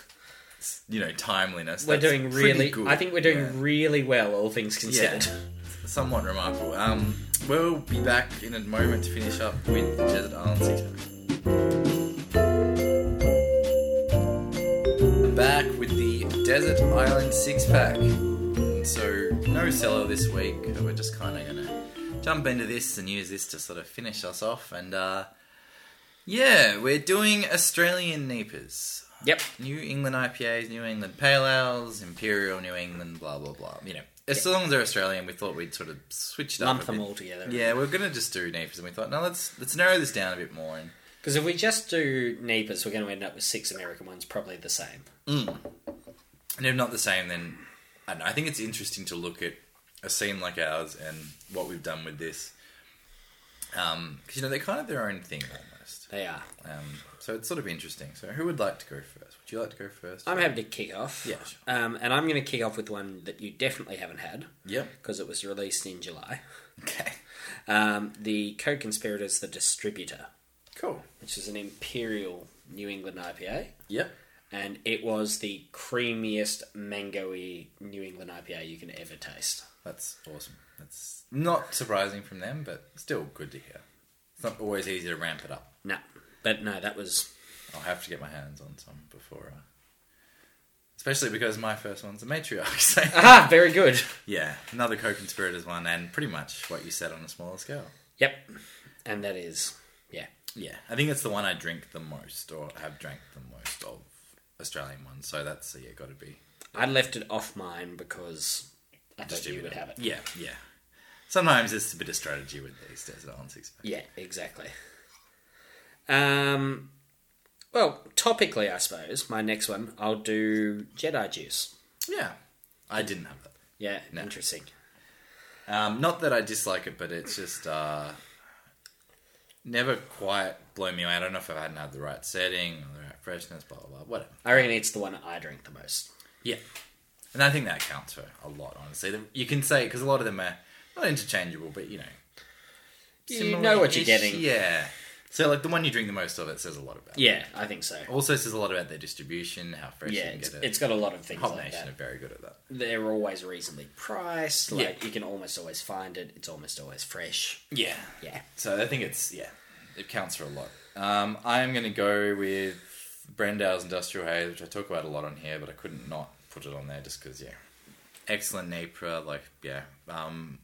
Speaker 1: you know, timeliness.
Speaker 2: we're
Speaker 1: that's
Speaker 2: doing
Speaker 1: pretty
Speaker 2: really.
Speaker 1: Good.
Speaker 2: I think we're doing
Speaker 1: Yeah.
Speaker 2: really well, all things
Speaker 1: Yeah.
Speaker 2: considered.
Speaker 1: somewhat remarkable. Um, we'll be back in a moment to finish up with Desert Island Six. Back with the Desert Island Six Pack. So no cellar this week. We're just kind of gonna jump into this and use this to sort of finish us off. And uh, yeah, we're doing Australian Neepers.
Speaker 2: Yep.
Speaker 1: New England IPAs, New England Pale Ales, Imperial New England, blah blah blah. You know, as long as they're Australian, we thought we'd sort of switch it up.
Speaker 2: Lump
Speaker 1: a
Speaker 2: them
Speaker 1: bit.
Speaker 2: all together.
Speaker 1: Yeah, we're gonna just do Neepers, and we thought, no, let's let's narrow this down a bit more. And
Speaker 2: Because if we just do Neighbours, we're going to end up with six American ones, probably the same.
Speaker 1: and if not the same, then I don't know. I think it's interesting to look at a scene like ours and what we've done with this, because you know they're kind of their own thing almost.
Speaker 2: They are.
Speaker 1: Um, so it's sort of interesting. So who would like to go first? Would you like to go first?
Speaker 2: I'm happy to kick off.
Speaker 1: Yeah, sure.
Speaker 2: Um, and I'm going to kick off with one that you definitely haven't had
Speaker 1: Yep. [laughs]
Speaker 2: because it was released in July.
Speaker 1: Okay.
Speaker 2: Um, the Co Conspirators, the distributor,
Speaker 1: Cool.
Speaker 2: which is an Imperial New England IPA.
Speaker 1: Yep.
Speaker 2: And it was the creamiest, mangoey New England IPA you can ever taste.
Speaker 1: That's awesome. That's not surprising from them, but still good to hear. It's not always easy to ramp it up.
Speaker 2: No. But no, that was.
Speaker 1: I'll have to get my hands on some before, uh, especially because my first one's a matriarch. [laughs] So
Speaker 2: Ah, very good.
Speaker 1: yeah, another co-conspirators one, and pretty much what you said on a smaller scale.
Speaker 2: Yep. And that is. Yeah.
Speaker 1: Yeah, I think it's the one I drink the most, or have drank the most of Australian ones. So that's yeah, got to be
Speaker 2: I left it off mine because I thought you would have it.
Speaker 1: Yeah, yeah. Sometimes it's a bit of strategy with these desert island six. pack.
Speaker 2: Yeah, exactly. Um, well, topically, I suppose my next one I'll do Jedi Juice.
Speaker 1: Yeah, I didn't have that.
Speaker 2: Yeah, interesting.
Speaker 1: Um, not that I dislike it, but it's just uh, never quite blown me away. I don't know if I hadn't had the right setting or the right freshness, blah blah blah, whatever.
Speaker 2: I reckon it's the one I drink the most.
Speaker 1: Yeah, and I think that counts for a lot, honestly. The- You can say because a lot of them are not interchangeable, but you know,
Speaker 2: You know what
Speaker 1: similar-ish,
Speaker 2: you're getting. Yeah.
Speaker 1: Yeah. So like the one you drink the most of, it says a lot about.
Speaker 2: I think so.
Speaker 1: Also says a lot about their distribution, how fresh
Speaker 2: Yeah,
Speaker 1: you can
Speaker 2: it's,
Speaker 1: get it.
Speaker 2: it's got a lot of things
Speaker 1: Hop
Speaker 2: like
Speaker 1: Nation are
Speaker 2: that.
Speaker 1: very good at that.
Speaker 2: They're always reasonably priced. Like
Speaker 1: Yeah.
Speaker 2: you can almost always find it. It's almost always fresh.
Speaker 1: Yeah.
Speaker 2: Yeah.
Speaker 1: So I think it's yeah, it counts for a lot. Um, I'm going to go with Brendow's Industrial Haze, which I talk about a lot on here, but I couldn't not put it on there just because yeah, excellent Nipra, like yeah, um,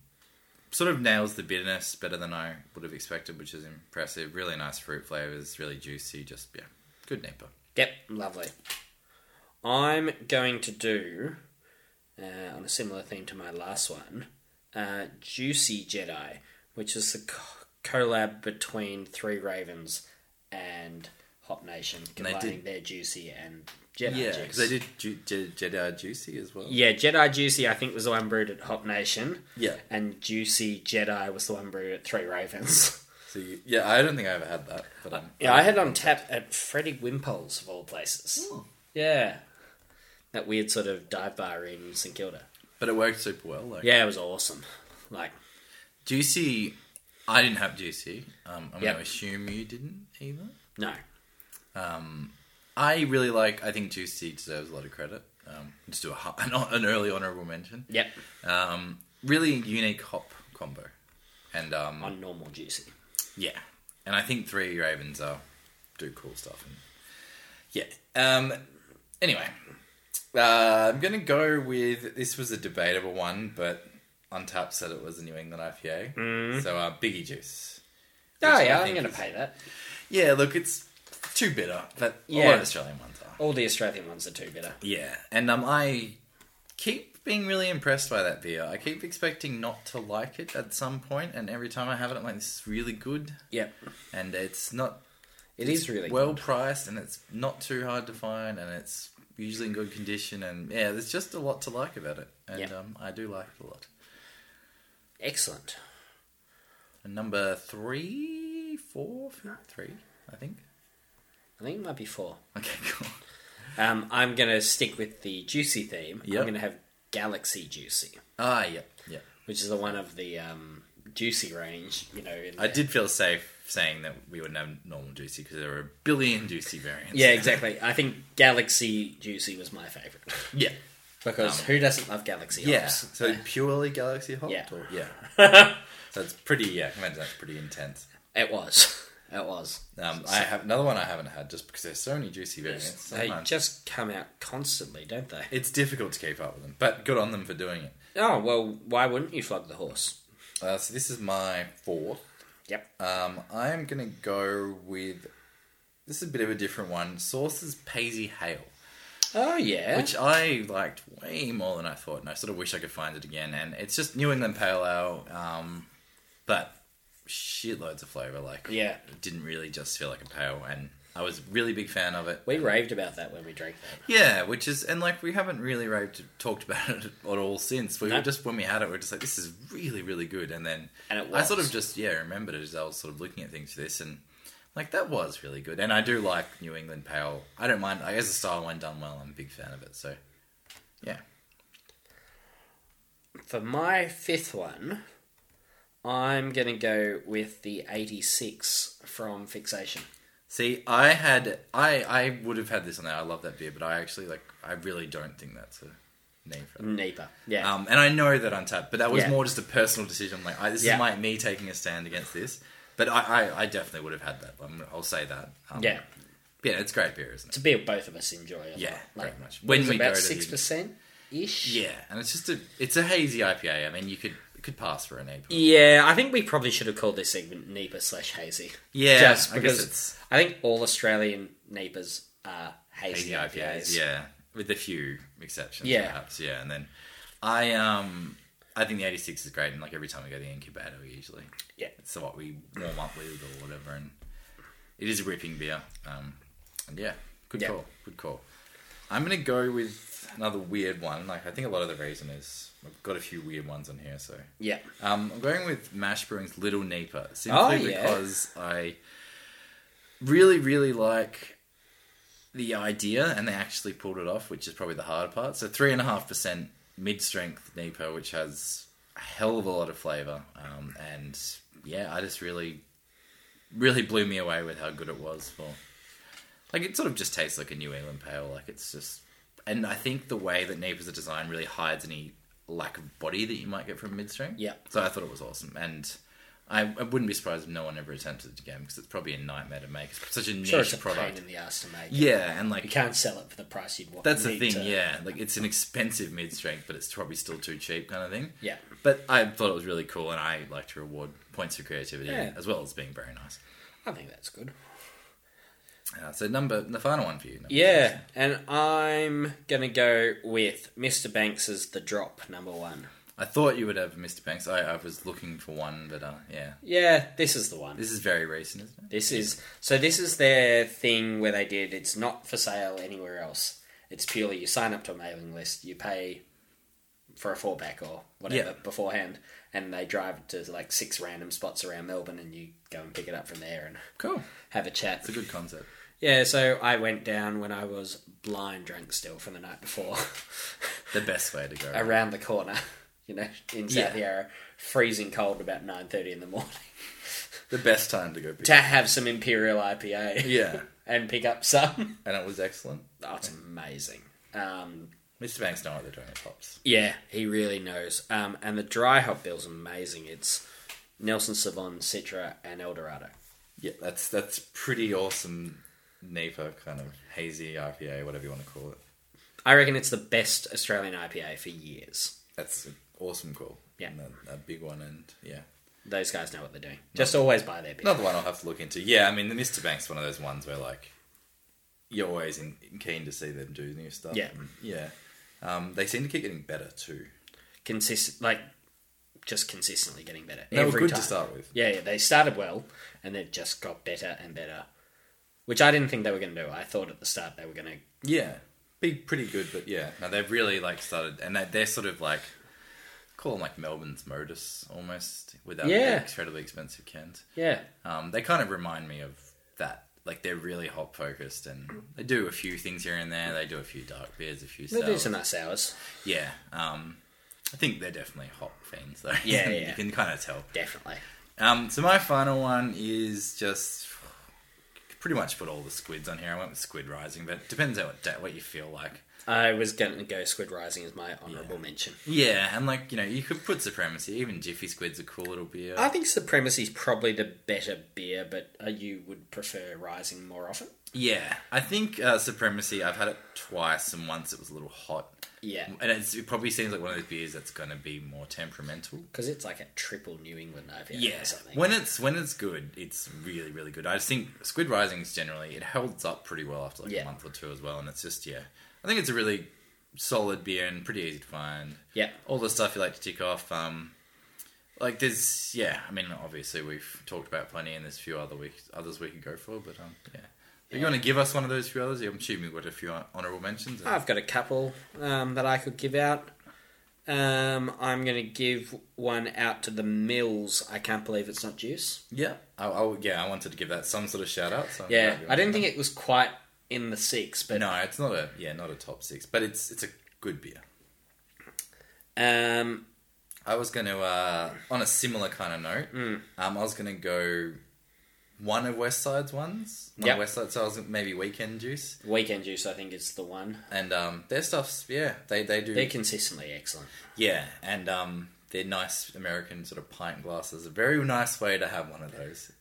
Speaker 1: sort of nails the bitterness better than I would have expected, which is impressive. Really nice fruit flavors, really juicy, just yeah, good Nipra.
Speaker 2: Yep, lovely. I'm going to do, uh, on a similar theme to my last one, uh, Juicy Jedi, which is the co- collab between Three Ravens and Hop Nation,
Speaker 1: they
Speaker 2: combining
Speaker 1: did-
Speaker 2: their Juicy and Jedi
Speaker 1: Yeah,
Speaker 2: Juice.
Speaker 1: because they did ju- Je- Jedi Juicy as well.
Speaker 2: Yeah, Jedi Juicy, I think, was the one brewed at Hop Nation,
Speaker 1: Yeah.
Speaker 2: and Juicy Jedi was the one brewed at Three
Speaker 1: [laughs]
Speaker 2: Ravens.
Speaker 1: So you, yeah, I don't think I ever had that, but um,
Speaker 2: yeah, I had it on tap at Freddie Wimpole's, of all places.
Speaker 1: Hmm.
Speaker 2: Yeah. That weird sort of dive bar in St Kilda.
Speaker 1: but it worked super well. Like,
Speaker 2: Yeah, it was awesome. Like,
Speaker 1: Juicy, I didn't have Juicy. Um, I'm
Speaker 2: Yep.
Speaker 1: going to assume you didn't either.
Speaker 2: no.
Speaker 1: I really like. I think Juicy deserves a lot of credit. Um, just do a, hu- [laughs] an, an early honorable mention.
Speaker 2: Yep.
Speaker 1: Um, really unique hop combo, and um,
Speaker 2: On normal juicy.
Speaker 1: yeah, and I think three Ravens are do cool stuff. And, yeah. Um. Anyway, uh, I'm gonna go with this was a debatable one, but Untapped said it was a New England IPA, so uh, Biggie Juice.
Speaker 2: Mm. Oh,
Speaker 1: Which I
Speaker 2: yeah, I'm
Speaker 1: think
Speaker 2: going to
Speaker 1: is-
Speaker 2: pay that.
Speaker 1: Yeah, look, it's too bitter, but a
Speaker 2: Yeah.
Speaker 1: lot of Australian ones are.
Speaker 2: All the Australian ones are too bitter.
Speaker 1: Yeah, and um, I keep being really impressed by that beer. I keep expecting not to like it at some point, and every time I have it, I'm like, this is really good,
Speaker 2: Yep.
Speaker 1: and it's not
Speaker 2: It is really well.
Speaker 1: well priced, and it's not too hard to find, and it's usually in good condition, and yeah, there's just a lot to like about it, and
Speaker 2: Yeah.
Speaker 1: um, I do like it a lot.
Speaker 2: Excellent.
Speaker 1: And number three, four, f- three, I think.
Speaker 2: I think it might be four.
Speaker 1: Okay, [laughs] cool.
Speaker 2: Um, I'm going to stick with the juicy theme.
Speaker 1: Yep.
Speaker 2: I'm going to have Galaxy Juicy,
Speaker 1: Ah, yeah, yeah.
Speaker 2: which is the one of the um, juicy range, you know. In
Speaker 1: I
Speaker 2: the-
Speaker 1: did feel safe saying that we wouldn't have normal juicy because there were a billion juicy variants. [laughs]
Speaker 2: Yeah, exactly. I think Galaxy Juicy was my favourite.
Speaker 1: Yeah.
Speaker 2: because
Speaker 1: Um,
Speaker 2: who doesn't love Galaxy
Speaker 1: Yeah.
Speaker 2: Ops?
Speaker 1: So purely Galaxy Hop?
Speaker 2: Yeah.
Speaker 1: Or, yeah. [laughs] So it's pretty, yeah, I can imagine that's pretty intense.
Speaker 2: it was. [laughs] It was.
Speaker 1: Um, I have another one I haven't had just because there's so many juicy variants.
Speaker 2: They
Speaker 1: Sometimes
Speaker 2: just come out constantly, don't they?
Speaker 1: it's difficult to keep up with them, but good on them for doing it.
Speaker 2: Oh, well, why wouldn't you flog the horse?
Speaker 1: Uh, so this is my fourth.
Speaker 2: Yep.
Speaker 1: Um, I am going to go with this is a bit of a different one. Sources Paisy Hale,
Speaker 2: Oh, yeah.
Speaker 1: which I liked way more than I thought, and I sort of wish I could find it again. And it's just New England Pale Ale, um, but shitloads of flavour. Like,
Speaker 2: Yeah.
Speaker 1: it didn't really just feel like a pale, and I was a really big fan of it.
Speaker 2: we raved about that when we drank that.
Speaker 1: Yeah, which is and like we haven't really raved, talked about it [laughs] at all since. We
Speaker 2: No.
Speaker 1: were just when we had it, we were just like, this is really, really good. And then
Speaker 2: And it
Speaker 1: I sort
Speaker 2: was.
Speaker 1: of just yeah remembered it as I was sort of looking at things for this and like that was really good. And I do like New England Pale. I don't mind. I guess the style when done well, I'm a big fan of it. So yeah,
Speaker 2: For my fifth one, I'm going to go with the 86 from Fixation.
Speaker 1: see, I had I I would have had this on there. I love that beer, but I actually like I really don't think that's a name for it.
Speaker 2: Neeper. Yeah.
Speaker 1: Um, and I know that untapped, but that was
Speaker 2: Yeah.
Speaker 1: more just a personal decision. Like I, this
Speaker 2: Yeah.
Speaker 1: is my me taking a stand against this. But I, I, I definitely would have had that. I'm, I'll say that. Um,
Speaker 2: yeah.
Speaker 1: yeah, it's great beer, isn't
Speaker 2: To
Speaker 1: it?
Speaker 2: be both of us enjoy it. a
Speaker 1: Yeah,
Speaker 2: lot. Like,
Speaker 1: very much.
Speaker 2: When
Speaker 1: When
Speaker 2: it's
Speaker 1: we
Speaker 2: about
Speaker 1: go to
Speaker 2: six percent ish.
Speaker 1: Yeah, and it's just a it's a hazy IPA. I mean, you could it could pass for an APA.
Speaker 2: Yeah, I think we probably should have called this segment Neighbour slash Hazy.
Speaker 1: Yeah,
Speaker 2: Just
Speaker 1: I
Speaker 2: because I,
Speaker 1: guess it's
Speaker 2: think all Australian neighbours are hazy,
Speaker 1: hazy
Speaker 2: IPAs.
Speaker 1: IPAs. Yeah, with a few exceptions,
Speaker 2: Yeah.
Speaker 1: perhaps. Yeah, and then I um I think the '86 is great, and like every time we go to the incubator, we usually
Speaker 2: Yeah.
Speaker 1: it's what we warm up with or whatever, and it is a ripping beer. Um, and yeah, good
Speaker 2: Yeah.
Speaker 1: call, good call. I'm gonna go with another weird one. Like I think a lot of the reason is I've got a few weird ones on here, so
Speaker 2: Yeah.
Speaker 1: um, I'm going with Mash Brewing's Little Neighbor simply
Speaker 2: Oh, yeah.
Speaker 1: because I really, really like the idea, and they actually pulled it off, which is probably the hard part. So three and a half percent mid-strength Neighbor, which has a hell of a lot of flavor, um, and yeah, I just really, really blew me away with how good it was for. Like it sort of just tastes like a New England pale. Like it's just, and I think the way that Neighbors are designed really hides any lack of body that you might get from midstream.
Speaker 2: Yeah.
Speaker 1: So I thought it was awesome, and I, I wouldn't be surprised if no one ever attempted it again because it's probably a nightmare to make. It's such a niche
Speaker 2: Sure, it's a pain
Speaker 1: product.
Speaker 2: in the ass to make.
Speaker 1: Yeah, and like
Speaker 2: You can't sell it for the price you'd want.
Speaker 1: that's the
Speaker 2: need
Speaker 1: thing.
Speaker 2: to-
Speaker 1: Yeah, like it's an expensive mid strength, but it's probably still too cheap, kind of thing.
Speaker 2: Yeah.
Speaker 1: But I thought it was really cool, and I like to reward points for creativity
Speaker 2: Yeah.
Speaker 1: as well as being very nice.
Speaker 2: I think that's good.
Speaker 1: Uh, so number the final one for you. number
Speaker 2: Yeah, and I'm gonna go with Mr. Banks's The Drop number one.
Speaker 1: I thought you would have Mr. Banks. I, I was looking for one, but uh, yeah.
Speaker 2: Yeah, this is the one.
Speaker 1: This is very recent, isn't it?
Speaker 2: This is so. This is their thing where they did. It's not for sale anywhere else. It's purely you sign up to a mailing list, you pay for a fallback or whatever
Speaker 1: Yeah.
Speaker 2: beforehand, and they drive it to like six random spots around Melbourne, and you go and pick it up from there and
Speaker 1: Cool.
Speaker 2: have a chat.
Speaker 1: It's a good concept.
Speaker 2: Yeah, so I went down when I was blind drunk still from the night before. [laughs]
Speaker 1: The best way to go.
Speaker 2: around the corner, [laughs] you know, in South
Speaker 1: Yeah.
Speaker 2: Yarra, freezing cold about nine thirty in the morning, [laughs]
Speaker 1: The best time to go. Pick.
Speaker 2: to have some Imperial IPA
Speaker 1: Yeah,
Speaker 2: and pick up some.
Speaker 1: and it was excellent.
Speaker 2: Oh, it's amazing. Um,
Speaker 1: Mr. Banks know what they're doing with hops.
Speaker 2: yeah, he really knows. Um, and the dry hop bill's amazing. It's Nelson Savon, Citra, and Eldorado.
Speaker 1: Yeah, that's that's pretty awesome. Napa kind of hazy IPA, whatever you want to call it.
Speaker 2: I reckon it's the best Australian IPA for years.
Speaker 1: That's an awesome call.
Speaker 2: Yeah.
Speaker 1: And a, a big one, and yeah,
Speaker 2: Those guys know what they're doing. Just always buy their beer.
Speaker 1: another one I'll have to look into. Yeah, I mean the Mr. Banks one of those ones where like you're always in, keen to see them do new stuff.
Speaker 2: Yeah.
Speaker 1: And, yeah. Um, they seem to keep getting better too.
Speaker 2: Consistent, like just consistently getting better.
Speaker 1: They were
Speaker 2: Every
Speaker 1: good
Speaker 2: time.
Speaker 1: to start with.
Speaker 2: Yeah, yeah, they started well, and they've just got better and better. Which I didn't think they were going to do. I thought at the start they were going to.
Speaker 1: Yeah, be pretty good, but yeah, no, they've really like started, and they, they're sort of like call them like Melbourne's Modus almost without
Speaker 2: Yeah.
Speaker 1: the incredibly expensive cans.
Speaker 2: Yeah,
Speaker 1: Um, they kind of remind me of that. Like they're really hop focused, and they do a few things here and there. They do a few dark beers, a few
Speaker 2: they do
Speaker 1: sours.
Speaker 2: some nice hours,
Speaker 1: Yeah, um, I think they're definitely hop fiends though.
Speaker 2: Yeah,
Speaker 1: [laughs]
Speaker 2: yeah.
Speaker 1: you can kind of tell.
Speaker 2: definitely.
Speaker 1: Um, so my final one is just pretty much put all the squids on here. I went with Squid Rising, but it depends on what day, what you feel like.
Speaker 2: I was going to go Squid Rising as my honourable mention.
Speaker 1: Yeah, and like you know, you could put Supremacy. Even Jiffy Squid's a cool little beer.
Speaker 2: I think Supremacy's probably the better beer, but uh, you would prefer Rising more often.
Speaker 1: yeah, I think uh, Supremacy. I've had it twice, and once it was a little hot,
Speaker 2: Yeah,
Speaker 1: and it's, it probably seems like one of those beers that's going to be more temperamental.
Speaker 2: because it's like a triple New England IPA or something.
Speaker 1: when it's when it's good, it's really really good. I just think Squid Rising's generally it holds up pretty well after like
Speaker 2: Yeah.
Speaker 1: a month or two as well, and it's just yeah, I think it's a really solid beer and pretty easy to find.
Speaker 2: yeah,
Speaker 1: all the stuff you like to tick off. Um, like there's yeah, I mean obviously we've talked about plenty, and there's a few other weeks others we could go for, but um yeah. Are you want to give us one of those few others? I'm assuming we've got a few honourable mentions.
Speaker 2: I've got a couple um, that I could give out. Um, I'm going to give one out to the Mills. I can't believe it's not juice.
Speaker 1: yeah, I, I, yeah. I wanted to give that some sort of shout out. So I'm
Speaker 2: Yeah,
Speaker 1: glad you
Speaker 2: I didn't
Speaker 1: remembered.
Speaker 2: think it was quite in the six, but
Speaker 1: No, it's not a yeah, not a top six, but it's it's a good beer.
Speaker 2: um,
Speaker 1: I was going to, uh, on a similar kind of note,
Speaker 2: Mm.
Speaker 1: um, I was going to go one of Westside's ones. One
Speaker 2: Yep.
Speaker 1: of Westside, so I was maybe Weekend Juice.
Speaker 2: Weekend Juice I think is the one.
Speaker 1: And um, their stuff's, yeah, they, they do.
Speaker 2: They're consistently excellent.
Speaker 1: yeah, and um, they're nice American sort of pint glasses. A very nice way to have one of those.
Speaker 2: It's-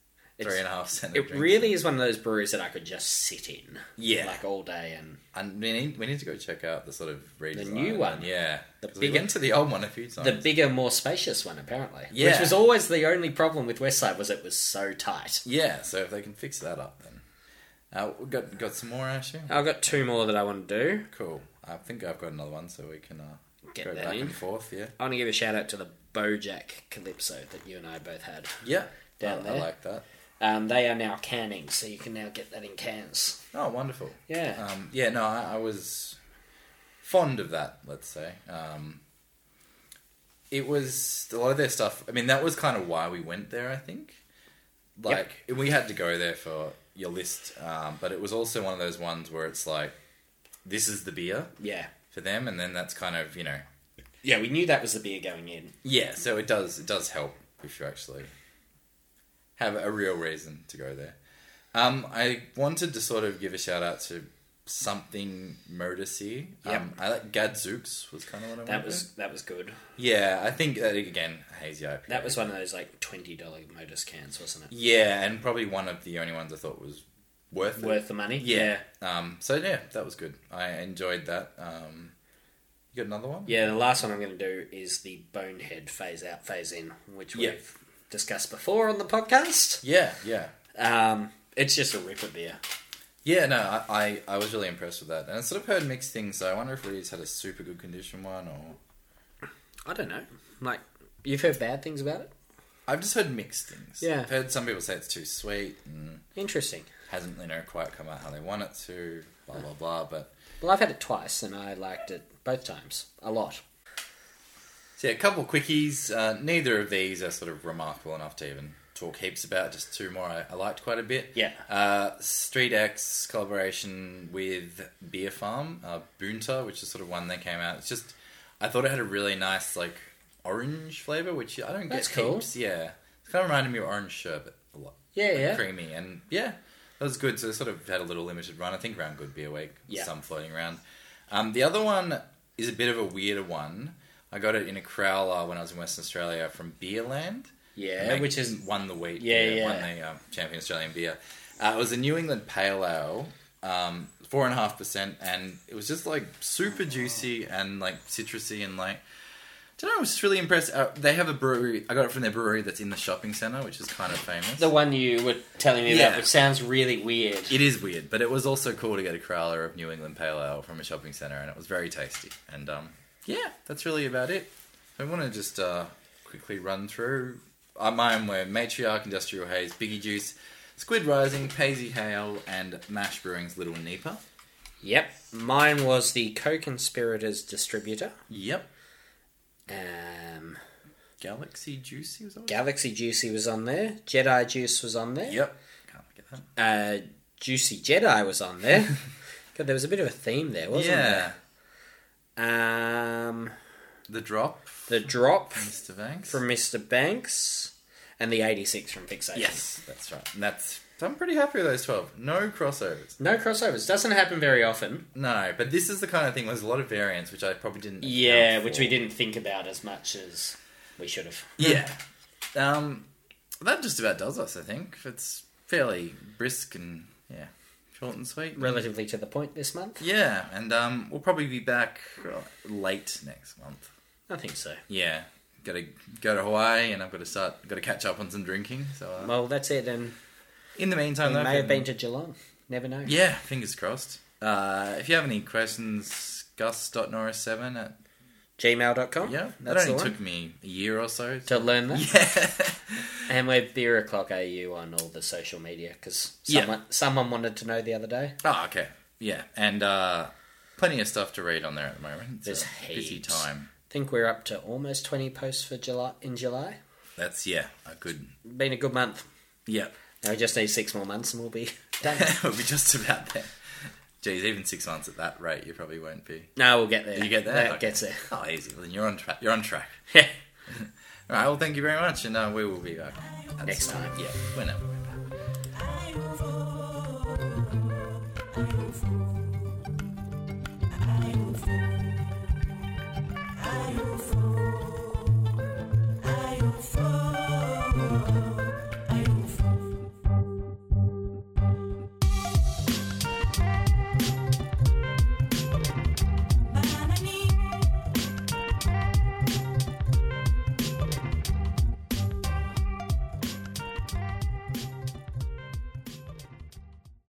Speaker 1: Three and a half cent.
Speaker 2: It really is one of those breweries that I could just sit in,
Speaker 1: Yeah.
Speaker 2: like all day. And
Speaker 1: And we need, we need to go check out the sort of redesign.
Speaker 2: new one.
Speaker 1: Yeah.
Speaker 2: The
Speaker 1: 'Cause we
Speaker 2: big-
Speaker 1: went to the old one a few times.
Speaker 2: the bigger, more spacious one, apparently,
Speaker 1: Yeah.
Speaker 2: which was always the only problem with Westside was it was so tight.
Speaker 1: Yeah, so if they can fix that up, then uh, we got got some more actually.
Speaker 2: I've got two more that I want to do.
Speaker 1: Cool. I think I've got another one, so we can uh,
Speaker 2: Get
Speaker 1: go
Speaker 2: that
Speaker 1: back
Speaker 2: in.
Speaker 1: and forth. Yeah.
Speaker 2: I want to give a shout out to the BoJack Calypso that you and I both had.
Speaker 1: Yeah.
Speaker 2: Down
Speaker 1: I,
Speaker 2: there.
Speaker 1: I like that.
Speaker 2: Um, they are now canning, so you can now get that in cans.
Speaker 1: Oh, wonderful.
Speaker 2: Yeah,
Speaker 1: Um, yeah. No, I, I was fond of that. Let's say. Um, it was a lot of their stuff. I mean, that was kind of why we went there. I think. Like we had to go there for your list, um, but it was also one of those ones where it's like, this is the beer
Speaker 2: yeah,
Speaker 1: for them, and then that's kind of you know
Speaker 2: yeah. We knew that was the beer going in.
Speaker 1: Yeah, so it does it does help if you actually have a real reason to go there. Um, I wanted to sort of give a shout out to something Modesy.
Speaker 2: Yep.
Speaker 1: Um, I like Gadzooks was kind of what I
Speaker 2: That
Speaker 1: wanted.
Speaker 2: was that was good.
Speaker 1: yeah. I think that again hazy IPA.
Speaker 2: That was one of those like twenty dollar Modus cans, wasn't it?
Speaker 1: yeah, and probably one of the only ones I thought was worth it.
Speaker 2: Worth the money.
Speaker 1: yeah. Um, so yeah, that was good. I enjoyed that. Um, you got another one?
Speaker 2: Yeah, the last one I'm going to do is the Bonehead phase out, phase in, which we've
Speaker 1: Yeah.
Speaker 2: discussed before on the podcast.
Speaker 1: Yeah, yeah.
Speaker 2: Um, it's just a ripper beer.
Speaker 1: Yeah, no, I, I, I was really impressed with that. And I sort of heard mixed things, so I wonder if Reed's had a super good condition one or.
Speaker 2: I don't know. Like, you've heard bad things about it?
Speaker 1: I've just heard mixed things.
Speaker 2: Yeah.
Speaker 1: I've heard some people say it's too sweet and
Speaker 2: Interesting.
Speaker 1: hasn't, you know, quite come out how they want it to, blah, blah, blah. But,
Speaker 2: Well, I've had it twice and I liked it both times a lot.
Speaker 1: so yeah, a couple quickies. Uh, neither of these are sort of remarkable enough to even talk heaps about. Just two more I, I liked quite a bit.
Speaker 2: Yeah.
Speaker 1: Uh, Street X collaboration with Beer Farm, uh, Boonta, which is sort of one that came out. It's just, I thought it had a really nice like orange flavor, which I don't get
Speaker 2: That's cool.
Speaker 1: heaps. Yeah, it kind of reminded me of orange sherbet a lot.
Speaker 2: Yeah, yeah.
Speaker 1: creamy and yeah, that was good. So it sort of had a little limited run. I think around Good Beer Week,
Speaker 2: Yeah.
Speaker 1: some floating around. Um, the other one is a bit of a weirder one. I got it in a crowler when I was in Western Australia from Beerland. And
Speaker 2: Yeah,
Speaker 1: they
Speaker 2: which is
Speaker 1: won the wheat.
Speaker 2: Yeah, yeah.
Speaker 1: won the um, champion Australian beer. Uh, it was a New England Pale Ale, um, four and a half percent, and it was just like super juicy and like citrusy and like. I don't know. I was just really impressed. Uh, they have a brewery. I got it from their brewery that's in the shopping centre, which is kind of famous.
Speaker 2: the one you were telling me
Speaker 1: Yeah.
Speaker 2: about, which sounds really weird.
Speaker 1: It is weird, but it was also cool to get a crowler of New England Pale Ale from a shopping centre, and it was very tasty. And um, yeah, that's really about it. I want to just uh, quickly run through. Uh, mine were Matriarch, Industrial Haze, Biggie Juice, Squid Rising, Paisy Hale, and Mash Brewing's Little Nipah.
Speaker 2: Yep. Mine was the Co Conspirators distributor.
Speaker 1: Yep.
Speaker 2: Um,
Speaker 1: Galaxy Juicy was that what it
Speaker 2: Galaxy Juicy was on there. Jedi Juice was on there.
Speaker 1: was? Yep. Can't forget that.
Speaker 2: uh, Juicy Jedi was on there. [laughs] God, there was a bit of a theme there, wasn't
Speaker 1: yeah.
Speaker 2: there? Um,
Speaker 1: The Drop,
Speaker 2: the drop
Speaker 1: Mr. Banks.
Speaker 2: from Mr. Banks and the 86 from Fixation.
Speaker 1: Yes, that's right. And that's I'm pretty happy with those 12. No crossovers.
Speaker 2: No crossovers. Doesn't happen very often.
Speaker 1: No, but this is the kind of thing where there's a lot of variants, which I probably didn't. account
Speaker 2: Yeah, which
Speaker 1: for.
Speaker 2: we didn't think about as much as we should have.
Speaker 1: Yeah. Um, that just about does us, I think. It's fairly brisk and, yeah, short and sweet.
Speaker 2: Relatively to the point this month?
Speaker 1: Yeah, and um, we'll probably be back late next month.
Speaker 2: I think so.
Speaker 1: Yeah, got to go to Hawaii, and I've got to start, got to catch up on some drinking. So uh,
Speaker 2: Well, that's it, and
Speaker 1: in the meantime,
Speaker 2: we
Speaker 1: though,
Speaker 2: may have
Speaker 1: if-
Speaker 2: been to Geelong. Never know.
Speaker 1: yeah, fingers crossed. Uh, if you have any questions, gus.norris7 at
Speaker 2: Gmail.com?
Speaker 1: yeah. That
Speaker 2: That's the
Speaker 1: only
Speaker 2: one.
Speaker 1: took me a year or so.
Speaker 2: To learn that.
Speaker 1: [laughs] yeah.
Speaker 2: And we're Beer O'Clock AU on all the social media because
Speaker 1: Yeah.
Speaker 2: someone, someone wanted to know the other day.
Speaker 1: Oh, okay. Yeah, and uh, plenty of stuff to read on there at the moment. It's
Speaker 2: There's
Speaker 1: a busy
Speaker 2: heaps.
Speaker 1: time.
Speaker 2: I think we're up to almost 20 posts for July in July.
Speaker 1: That's yeah, a good
Speaker 2: Been a good month. [laughs]
Speaker 1: yeah. [laughs]
Speaker 2: Now we just need six more months and we'll be [laughs] done.
Speaker 1: we'll be just about there. Geez, even six months at that rate, you probably won't be.
Speaker 2: no, we'll get there.
Speaker 1: You get there.
Speaker 2: That
Speaker 1: Okay.
Speaker 2: gets there.
Speaker 1: Oh, easy. Well, then you're on track. You're on track. [laughs]
Speaker 2: Yeah.
Speaker 1: All right. Well, thank you very much, and uh, we will be back at
Speaker 2: Next
Speaker 1: some-
Speaker 2: time.
Speaker 1: Yeah, whenever we're back.
Speaker 3: I move on. I move on.